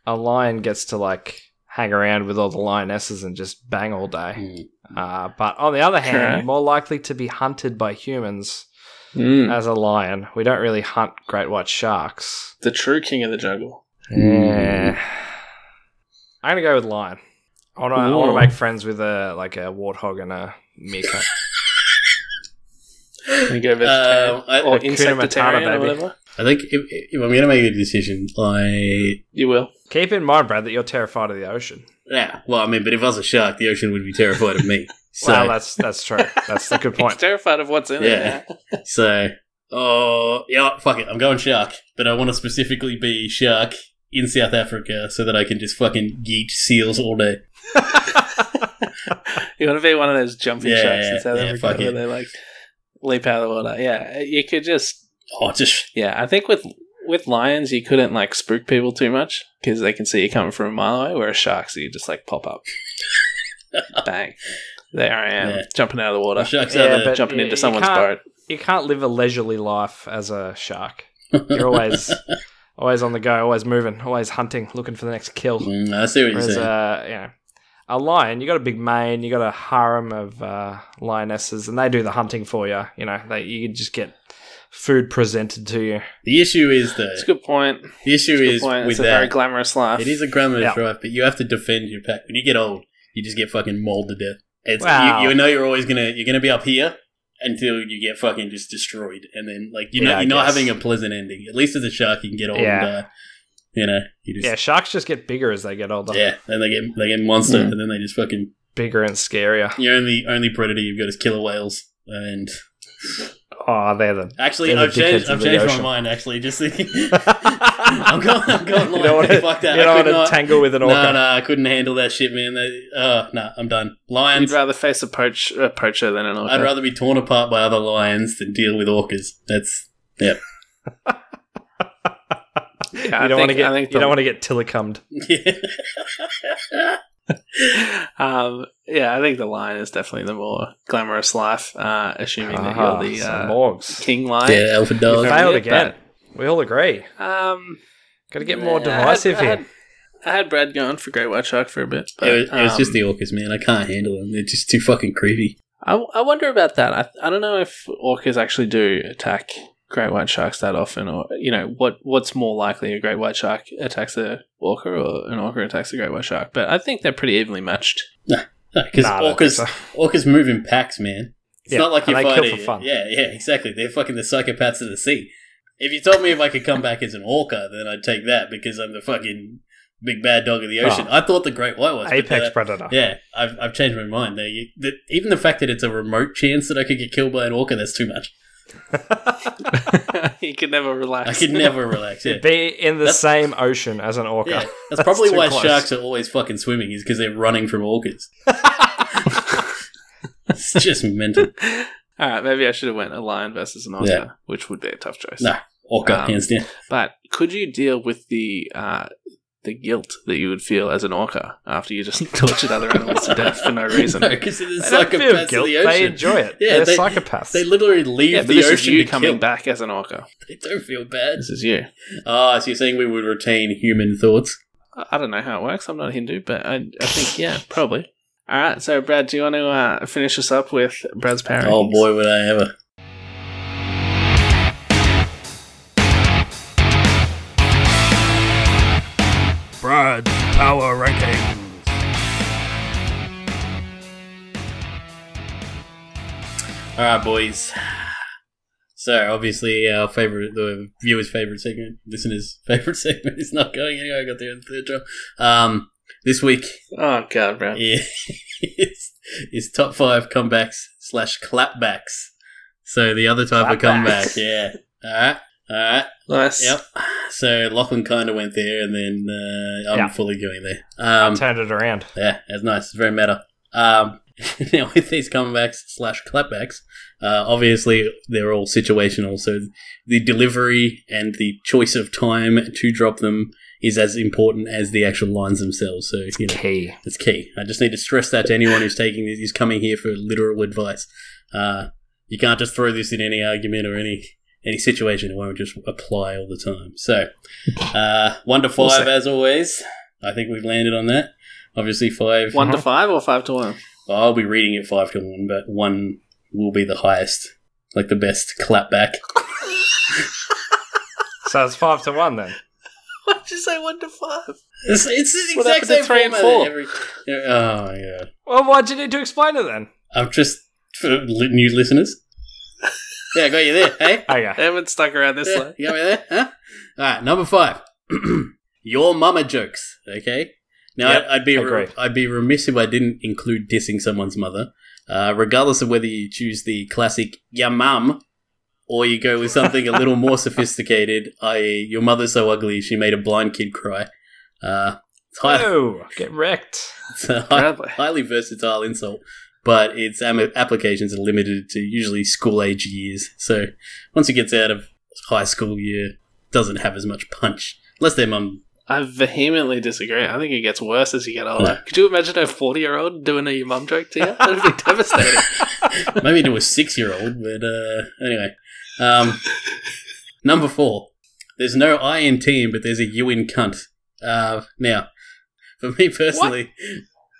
S3: a lion gets to like hang around with all the lionesses and just bang all day.
S2: Mm.
S3: Uh, but on the other hand,
S1: Correct.
S3: more likely to be hunted by humans
S1: Mm,
S3: as a lion. We don't really hunt great white sharks.
S1: the true king of the jungle.
S3: Yeah. I'm gonna go with lion. I wanna, I
S1: Ooh.
S3: wanna make friends with a like a warthog and a meerkat.
S1: You go vegetarian
S2: Uh, I,
S1: or
S3: Hakuna Matata,
S1: insectitarian or
S3: baby.
S1: whatever.
S2: Mm. I think if, if I'm going to make a decision, I
S1: You will.
S3: Keep in mind, Brad, that you're terrified of the ocean.
S2: yeah. Well, I mean, but if I was a shark, the ocean would be terrified of me. So
S3: well, that's that's true. That's a good
S1: He's
S3: point.
S1: terrified of what's in
S2: Yeah.
S1: there.
S2: So, oh, yeah, fuck it. I'm going shark, but I want to specifically be shark in South Africa so that I can just fucking yeet seals all day.
S1: You want to be one of those jumping
S2: Yeah,
S1: sharks in
S2: yeah,
S1: South
S2: yeah,
S1: Africa
S2: fuck
S1: where
S2: it.
S1: they like leap out of the water. Yeah, you could just
S2: Oh, just
S1: yeah. I think with with lions you couldn't like spook people too much because they can see you coming from a mile away. Whereas sharks you just like pop up, bang, there I am
S2: Yeah.
S1: jumping out of the water,
S2: sharks
S3: Yeah,
S2: out there.
S3: but-
S1: jumping
S3: you-
S1: into
S3: you
S1: someone's
S3: can't-
S1: boat.
S3: You can't live a leisurely life as a shark. You're always always on the go, always moving, always hunting, looking for the next kill.
S2: Mm, I see what you're
S3: Whereas,
S2: saying.
S3: uh, you know, a lion, you got a big mane, you got a harem of uh, lionesses, and they do the hunting for you. You know, they, you can just get food presented to you.
S2: The issue is though.
S1: It's a good point.
S2: The issue
S1: It's a good
S2: is
S1: point.
S2: with
S1: It's a
S2: that.
S1: very glamorous life.
S2: it is a glamorous
S3: Yeah.
S2: life, but you have to defend your pack. When you get old, you just get fucking mauled to death. It's
S3: Wow.
S2: you, you know you're always gonna you're gonna be up here until you get fucking just destroyed, and then like you know
S3: Yeah, I
S2: you're not
S3: guess.
S2: having a pleasant ending. At least as a shark, you can get old
S3: Yeah.
S2: and die. You know, you
S3: Yeah,
S2: just
S3: sharks just get bigger as they get older,
S2: yeah, and they get they get monster,
S1: Mm.
S2: and then they just fucking
S3: bigger and scarier.
S2: the only only predator you've got is killer whales. And
S3: Oh, they're the
S2: actually,
S3: They're the
S2: I've changed.
S3: dickheads of
S2: I've
S3: the
S2: changed my
S3: ocean.
S2: mind. Actually, just thinking, I'm going. I'm going.
S3: You
S2: Like,
S3: don't wanna-
S2: fuck that.
S3: you
S2: I
S3: don't
S2: could
S3: want
S2: not.
S3: to tangle with an orca.
S2: No, no, I couldn't handle that shit, man. They- Uh, no, I'm done.
S1: You'd
S2: Lions.
S1: rather face a, poach- a poacher than an orca.
S2: I'd rather be torn apart by other lions than deal with orcas. That's
S1: Yeah,
S3: you
S1: I
S3: don't want
S1: think-
S3: to get.
S1: I think
S3: you
S1: the-
S3: don't want to get tillicummed.
S2: yeah.
S1: um, yeah, I think the lion is definitely the more glamorous life, uh, assuming
S3: Ah,
S1: that you're the
S3: some
S1: uh,
S3: Morgs.
S1: king lion.
S2: yeah, alpha
S1: You
S2: dog.
S1: found-
S3: Failed
S1: yeah,
S3: again. We all agree.
S1: Um,
S3: Got to get more
S1: yeah, I had-
S3: divisive
S1: I had,
S3: here.
S1: I had Brad going for Great White Shark for a bit. But,
S2: It was, it was just
S1: um,
S2: the orcas, man. I can't handle them. They're just too fucking creepy.
S1: I, I wonder about that. I, I don't know if orcas actually do attack great white sharks that often, or you know what what's more likely a great white shark attacks a orca or an orca attacks a great white shark. But I think they're pretty evenly matched.
S2: Because
S3: Nah, I don't think
S2: orcas,
S3: so.
S2: orcas move in packs, man. It's
S3: Yeah,
S2: not like
S3: and
S2: you're
S3: they kill
S2: fighting.
S3: for fun.
S2: Yeah, yeah, exactly. They're fucking the psychopaths of the sea. If you told me if I could come back as an orca, then I'd take that because I'm the fucking big bad dog of the ocean. I thought the great white was but
S3: Oh. Apex
S2: they're-
S3: predator.
S2: Yeah, I've, I've changed my mind. There, you, the, even the fact that it's a remote chance that I could get killed by an orca, that's too much.
S1: you could never relax.
S2: I could never relax. Yeah,
S3: Be in the
S2: That's-
S3: same ocean as an orca.
S2: yeah. that's probably
S3: too
S2: why
S3: close.
S2: sharks are always fucking swimming is because they're running from orcas. it's just mental.
S1: All right, maybe I should have went a lion versus an orca,
S2: Yeah.
S1: which would be a tough choice.
S2: No. Orca,
S1: Um,
S2: hands down.
S1: But could you deal with the uh, the guilt that you would feel as an orca after you just tortured other animals to death for no reason?
S2: No, because they're the
S3: They don't feel
S2: psychopaths
S3: guilt.
S2: of the
S3: They
S2: ocean.
S3: enjoy it.
S2: Yeah,
S3: They're
S2: they-
S3: psychopaths.
S2: They literally leave
S1: Yeah, but
S2: the
S1: this
S2: ocean
S1: is you
S2: to
S1: coming
S2: kill.
S1: back as an orca.
S2: They don't feel bad.
S1: This is you.
S2: Ah, so you're saying we would retain human thoughts?
S1: I I don't know how it works. I'm not a Hindu, but I, I think, yeah, probably. All right. So, Brad, do you want to uh, finish us up with Brad's parents?
S2: Oh boy, would I ever.
S6: Brad's Power Rankings.
S2: All right, boys. So obviously, our favorite, the viewers' favorite segment, listeners' favorite segment is not going anywhere. I got there in the third try. Um, this week
S1: Oh, God, Brad.
S2: is, is top five comebacks slash clapbacks. So the other type of comeback,
S3: Clapbacks.
S2: yeah. All right, all right,
S1: Nice.
S2: yep. So Lachlan kind of went there, and then uh, I'm
S3: Yeah.
S2: fully going there. Um,
S3: Turned it around.
S2: yeah, that's nice. It's very meta. Um, now with these comebacks slash clapbacks, uh, obviously they're all situational. So the delivery and the choice of time to drop them is as important as the actual lines themselves. So you know,
S3: Key.
S2: it's key. I just need to stress that to anyone who's taking this, who's coming here for literal advice. Uh, you can't just throw this in any argument or any any situation. It won't just apply all the time. So, uh, one to
S1: We'll
S2: five,
S1: see.
S2: as always. I think we've landed on that. Obviously, five.
S1: One to five or five to one?
S2: I'll be reading it five to one, but one will be the highest, like the best clapback.
S3: So it's five to one then.
S1: Why did you say one to five?
S2: It's, it's the
S1: What happened
S2: exact
S1: to
S2: same
S1: three and
S2: format.
S1: four?
S2: Every, oh my god!
S3: Well, why did you need to explain it then?
S2: I'm just for li- new listeners. Yeah, I got you there. Hey.
S3: Okay.
S1: I haven't stuck around this
S2: Yeah,
S1: long.
S2: you got me there? Huh? All right, number five. Your mama jokes. Okay. Now
S3: Yep,
S2: I'd, I'd be
S3: agree.
S2: re- I'd be remiss if I didn't include dissing someone's mother, uh, regardless of whether you choose the classic "your mum" or you go with something a little more sophisticated, i.e., your mother's so ugly she made a blind kid cry. Uh, it's high,
S3: Oh, get wrecked.
S2: it's a high,
S1: Bradley.
S2: highly versatile insult, but its am- applications are limited to usually school age years. So once it gets out of high school year, doesn't have as much punch. Unless their mum.
S1: I vehemently disagree. I think it gets worse as you get older.
S2: Yeah.
S1: Could you imagine a 40 year old doing a your mum joke to you? That'd be devastating.
S2: Maybe to a six year old, but uh, anyway. Um, number four. There's no I in team, but there's a U in cunt. Uh, now, for me personally,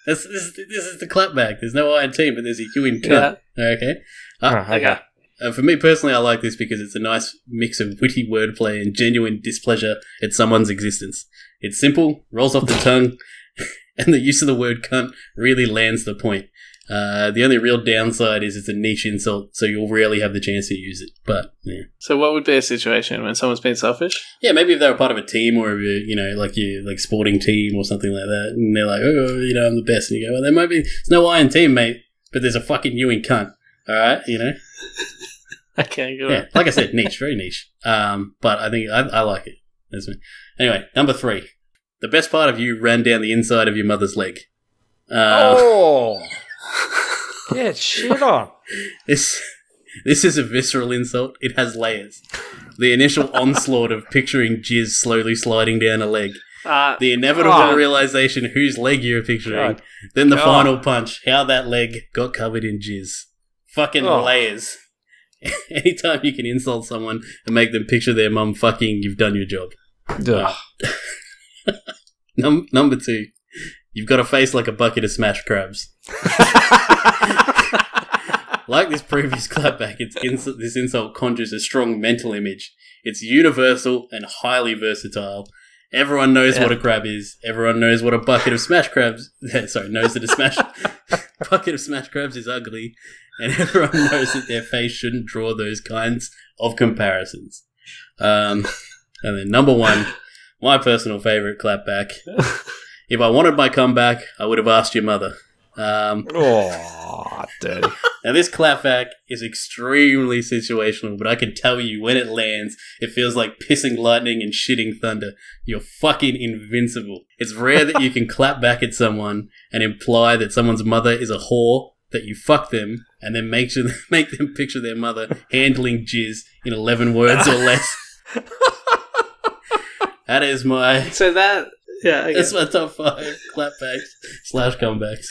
S2: This, this, this is the clapback. There's no I in team, but there's a U in
S1: Yeah.
S2: cut. Okay. Ah,
S3: Oh, okay.
S2: Uh, for me personally, I like this because it's a nice mix of witty wordplay and genuine displeasure at someone's existence. It's simple, rolls off the tongue, and the use of the word cunt really lands the point. Uh, the only real downside is it's a niche insult, so you'll rarely have the chance to use it. But yeah,
S1: So, what would be a situation when someone's being selfish?
S2: yeah, maybe if they were part of a team or if uh, you, you know, like you like sporting team or something like that, and they're like, oh, you know, I'm the best, and you go, well, there might be it's no I in team, mate, but there's a fucking you in cunt. All right, you know.
S1: Okay, good.
S2: yeah,
S1: one.
S2: like I said, niche, very niche. Um, but I think I, I like it. That's me. Anyway, number three. The best part of you ran down the inside of your mother's leg. Uh,
S3: oh. Get shit on.
S2: This this is a visceral insult. It has layers. The initial onslaught of picturing jizz slowly sliding down a leg.
S1: Uh,
S2: The inevitable
S3: God.
S2: realization whose leg you're picturing.
S3: God.
S2: Then the
S3: God.
S2: final punch. How that leg got covered in jizz. Fucking
S3: Oh.
S2: layers. Anytime you can insult someone and make them picture their mum fucking, you've done your job.
S3: Ugh.
S2: Num- number two, you've got a face like a bucket of smashed crabs. Like this previous clapback, it's ins- this insult conjures a strong mental image. It's universal and highly versatile. Everyone knows what a crab is. Everyone knows what a bucket of smashed crabs. Sorry, knows that a smash bucket of smashed crabs is ugly, and everyone knows that their face shouldn't draw those kinds of comparisons. Um, and then number one, my personal favorite clapback. If I wanted my comeback, I would have asked your mother. Um,
S3: oh, dirty.
S2: now, this clapback is extremely situational, but I can tell you when it lands, it feels like pissing lightning and shitting thunder. You're fucking invincible. It's rare that you can clap back at someone and imply that someone's mother is a whore, that you fuck them, and then make, sure, make them picture their mother handling jizz in 11 words or less. that is my
S1: so that, yeah, okay.
S2: that's my top five clapbacks slash comebacks.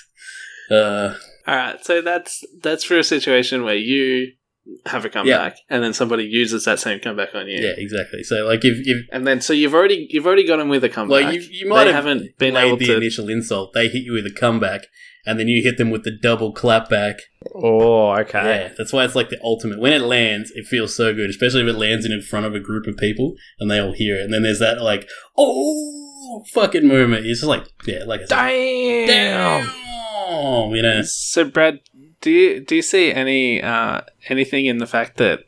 S2: Uh,
S1: all right. So that's that's for a situation where you have a comeback, and then somebody uses that same comeback on you.
S2: yeah, exactly. So like if, if
S1: And then, so you've already you've already got him with a comeback.
S2: Well, you, you might
S1: They
S2: have
S1: haven't been
S2: laid
S1: able
S2: the
S1: to.
S2: initial insult. They hit you with a comeback, and then you hit them with the double clapback.
S3: Oh, okay.
S2: Yeah, that's why it's like the ultimate. When it lands, it feels so good, especially if it lands in in front of a group of people and they all hear it. And then there's that like, oh, fucking moment. It's just like, yeah, like I said,
S3: Damn.
S2: damn, you know.
S1: So, Brad, do you do you see any uh, anything in the fact that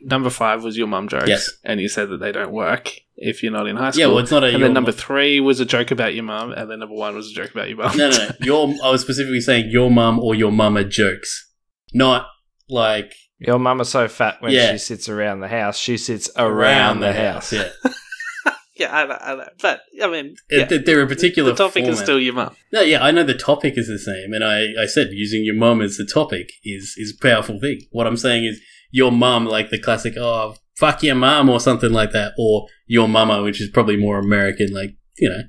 S1: number five was your mum jokes,
S2: Yes.
S1: and you said that they don't work if you're not in high school?
S2: Yeah, well, it's not a.
S1: and
S2: your
S1: then number
S2: mum-
S1: three was a joke about your mum, and then number one was a joke about your mum.
S2: no, no, no. Your, I was specifically saying your mum or your mama jokes, not like
S3: Your mama's so fat when
S2: Yeah.
S3: she sits around the house, she sits around,
S2: around,
S3: the, house.
S2: Yeah,
S1: yeah, I know, I know. But I mean, yeah,
S2: It- they're a particular.
S1: the topic is
S2: format.
S1: still your mum.
S2: No, yeah, I know the topic is the same, and I, I said using your mum as the topic is is a powerful thing. What I'm saying is your mum, like the classic, oh fuck your mum or something like that, or your mama, which is probably more American, like you know,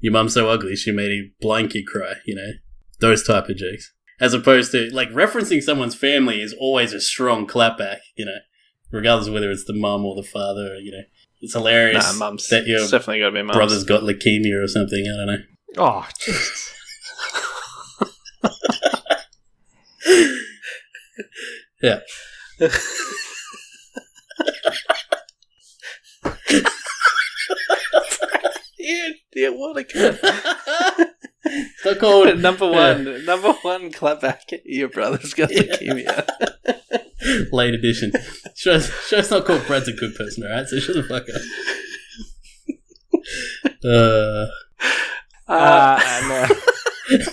S2: your mum's so ugly she made a blind kid cry, you know, those type of jokes, as opposed to like referencing someone's family is always a strong clapback, you know, regardless of whether it's the mum or the father, or, you know, it's hilarious
S1: Nah, mum's
S2: that your
S1: it's definitely got to be mum.
S2: brother's got leukemia or something. I don't know.
S3: Oh, Jesus.
S2: Yeah.
S1: Yeah, yeah, what a kid.
S2: Stop calling
S1: number one, number one, clapback. Your brother's got leukemia.
S2: late edition. Show's, show's not called Brad's a good person, alright? So shut the fuck up. Uh,
S1: Uh,
S3: Uh, and, uh,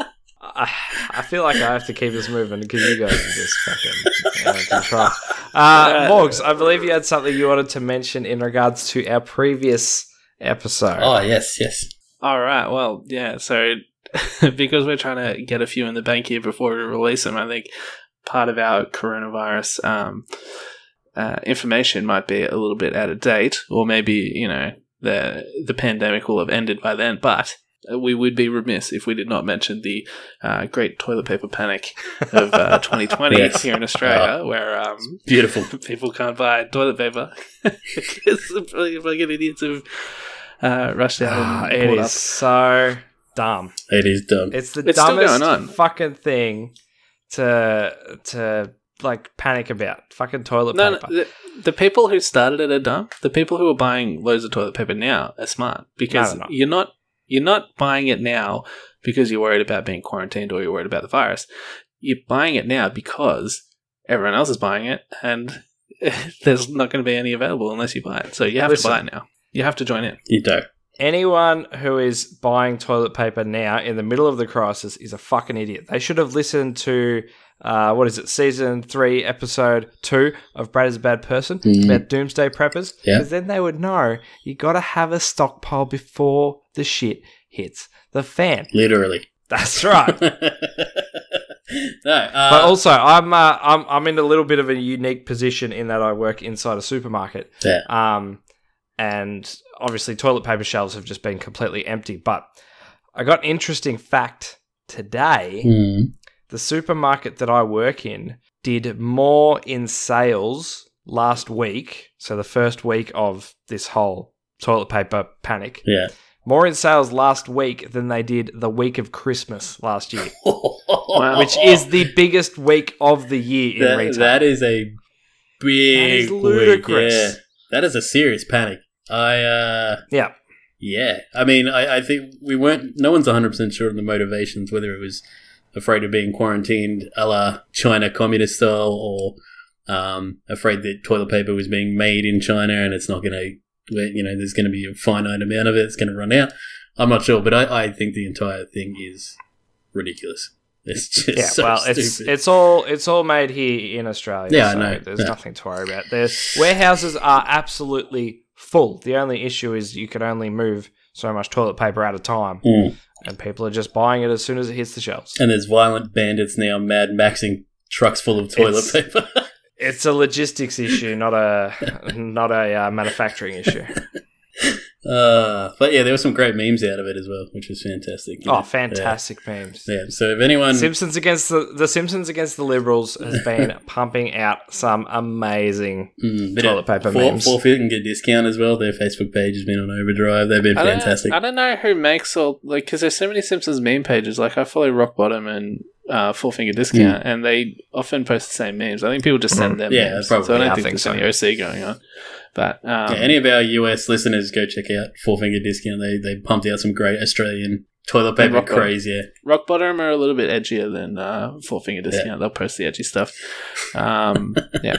S3: I, I feel like I have to keep this moving because you guys are just fucking out of control. Uh, Morgs, I believe you had something you wanted to mention in regards to our previous episode.
S2: oh, yes, yes.
S1: All right. Well, yeah. So because we're trying to get a few in the bank here before we release them, I think part of our coronavirus um, uh, information might be a little bit out of date, or maybe you know the the pandemic will have ended by then. But we would be remiss if we did not mention the uh, great toilet paper panic of uh, 2020
S2: Yes.
S1: here in Australia, where um,
S2: Beautiful.
S1: people can't buy toilet paper because the fucking idiots have uh, rushed out
S3: Ah,
S1: and
S3: it
S1: bought up
S3: is so dumb.
S2: It is dumb.
S3: It's the
S1: It's still
S3: dumbest
S1: going on.
S3: fucking thing to to like panic about. Fucking toilet
S1: No, no
S3: paper.
S1: the, the people who started it are dumb. The people who are buying loads of toilet paper now are smart because
S3: they're not.
S1: you're not you're not buying it now because you're worried about being quarantined or you're worried about the virus. You're buying it now because everyone else is buying it and there's not going to be any available unless you buy it. So you have
S3: Listen.
S1: to buy it now. You have to join in.
S2: You do.
S3: Anyone who is buying toilet paper now in the middle of the crisis is a fucking idiot. They should have listened to uh, what is it, season three, episode two of Brad is a Bad Person
S2: Mm.
S3: about doomsday preppers,
S2: Yeah.
S3: because then they would know you got to have a stockpile before the shit hits the fan.
S2: Literally.
S3: That's right.
S2: no. Uh,
S3: But also, I'm, uh, I'm I'm in a little bit of a unique position in that I work inside a supermarket.
S2: Yeah.
S3: Um, and obviously, toilet paper shelves have just been completely empty. But I got an interesting fact today.
S2: Mm.
S3: The supermarket that I work in did more in sales last week, so the first week of this whole toilet paper panic.
S2: Yeah.
S3: More in sales last week than they did the week of Christmas last year which
S2: Which
S3: is the biggest week of the year in retail.
S2: Oh. that is a big week,
S3: ludicrous.
S2: yeah. That is a serious panic. I uh
S3: yeah,
S2: yeah. I mean I, I think we weren't no one's hundred percent sure of the motivations, whether it was afraid of being quarantined a la China communist style or um, afraid that toilet paper was being made in China and it's not gonna you know, there's gonna be a finite amount of it, it's gonna run out. I'm not sure, but I, I think the entire thing is ridiculous. It's just
S3: yeah.
S2: so
S3: well,
S2: stupid.
S3: it's it's all it's all made here in Australia.
S2: Yeah, I
S3: so
S2: know.
S3: There's
S2: Yeah.
S3: nothing to worry about. Their warehouses are absolutely full. The only issue is you can only move so much toilet paper at a time,
S2: Mm.
S3: and people are just buying it as soon as it hits the shelves.
S2: And there's violent bandits now mad maxing trucks full of toilet
S3: It's-
S2: paper.
S3: It's a logistics issue, not a not a uh, manufacturing issue.
S2: uh, but yeah, there were some great memes out of it as well, which was fantastic.
S3: Oh, fantastic memes.
S2: Yeah. yeah. So if anyone,
S3: Simpsons against the the Simpsons against the Liberals has been pumping out some amazing
S2: Mm, but
S3: toilet
S2: yeah,
S3: paper
S2: for,
S3: memes.
S2: forfeit and get discount as well. Their Facebook page has been on overdrive. They've been
S1: I don't-
S2: fantastic.
S1: I don't know who makes all like because there's so many Simpsons meme pages. Like I follow Rock Bottom and uh, Four Finger Discount, and they often post the same memes. I think people just send them.
S2: Mm. Yeah,
S1: memes.
S2: probably.
S1: So I don't
S3: Yeah, I
S1: think,
S3: think
S1: there's any OC going on. But um,
S2: yeah, any of our US listeners, go check out Four Finger Discount. They they pumped out some great Australian toilet paper
S1: rock bottom.
S2: craze. Yeah,
S1: Rock Bottom are a little bit edgier than uh, Four Finger Discount. They'll post the edgy stuff. Um, yeah,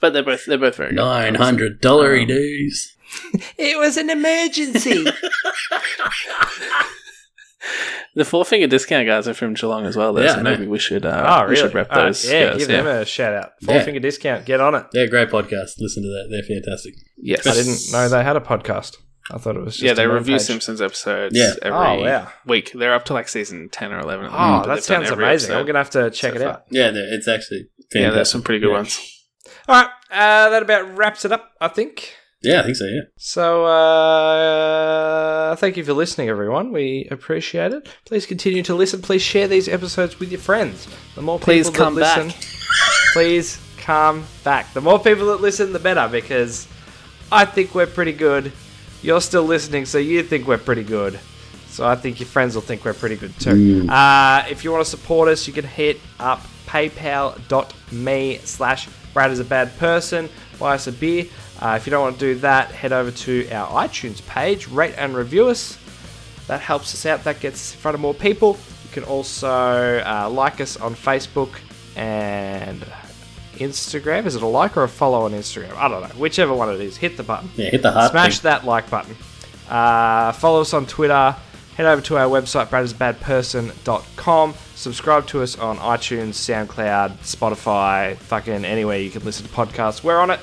S1: but they're both they're both very good.
S2: nine hundred dollar
S1: Um,
S2: dues.
S3: It was an emergency.
S1: The Four Finger Discount guys are from Geelong as well. Though,
S2: Yeah,
S1: so
S2: I know.
S1: maybe we should uh,
S3: oh,
S1: we
S3: really?
S1: should rep
S3: All right,
S1: those.
S3: yeah,
S1: guys,
S3: give them a shout out. Four
S2: Yeah.
S3: finger discount. Get on it.
S2: They're a great podcast. Listen to that. They're fantastic.
S1: yes.
S3: I didn't know they had a podcast. I thought it was just
S1: yeah,
S3: a
S1: they
S3: web
S1: review
S3: page.
S1: Simpsons episodes
S2: Yeah.
S1: every
S3: Oh, wow.
S1: week. They're up to like season 10 or 11. at the moment,
S3: Oh,
S1: but
S3: that
S1: Mm, they've done
S3: sounds
S1: every
S3: amazing.
S1: episode
S3: I'm gonna have to check
S1: so
S3: it
S1: far.
S3: out.
S2: Yeah, they're- it's actually fantastic.
S1: Yeah, there's some pretty good
S2: Yeah.
S1: ones.
S3: All right, uh, that about wraps it up, I think.
S2: Yeah, I think so. Yeah.
S3: So, uh, thank you for listening, everyone. We appreciate it. Please continue to listen. Please share these episodes with your friends. The more
S1: Please
S3: people
S1: come
S3: that
S1: back.
S3: listen, please come back. The more people that listen, the better, because I think we're pretty good. You're still listening, so you think we're pretty good. So I think your friends will think we're pretty good too. Uh, if you want to support us, you can hit up paypal.me slash Brad is a bad person. Buy us a beer. Uh, if you don't want to do that, head over to our iTunes page, rate and review us. That helps us out. That gets us in front of more people. You can also uh, like us on Facebook and Instagram. Is it a like or a follow on Instagram? I don't know. Whichever one it is, hit the button.
S2: Yeah, hit the heart.
S3: Smash that like button. Uh, follow us on Twitter. Head over to our website, bradisbadperson.com. Subscribe to us on iTunes, SoundCloud, Spotify, fucking anywhere you can listen to podcasts. We're on it.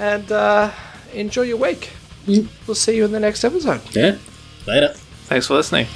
S3: And uh, enjoy your week. We'll see you in the next episode.
S2: Yeah. Later.
S1: Thanks for listening.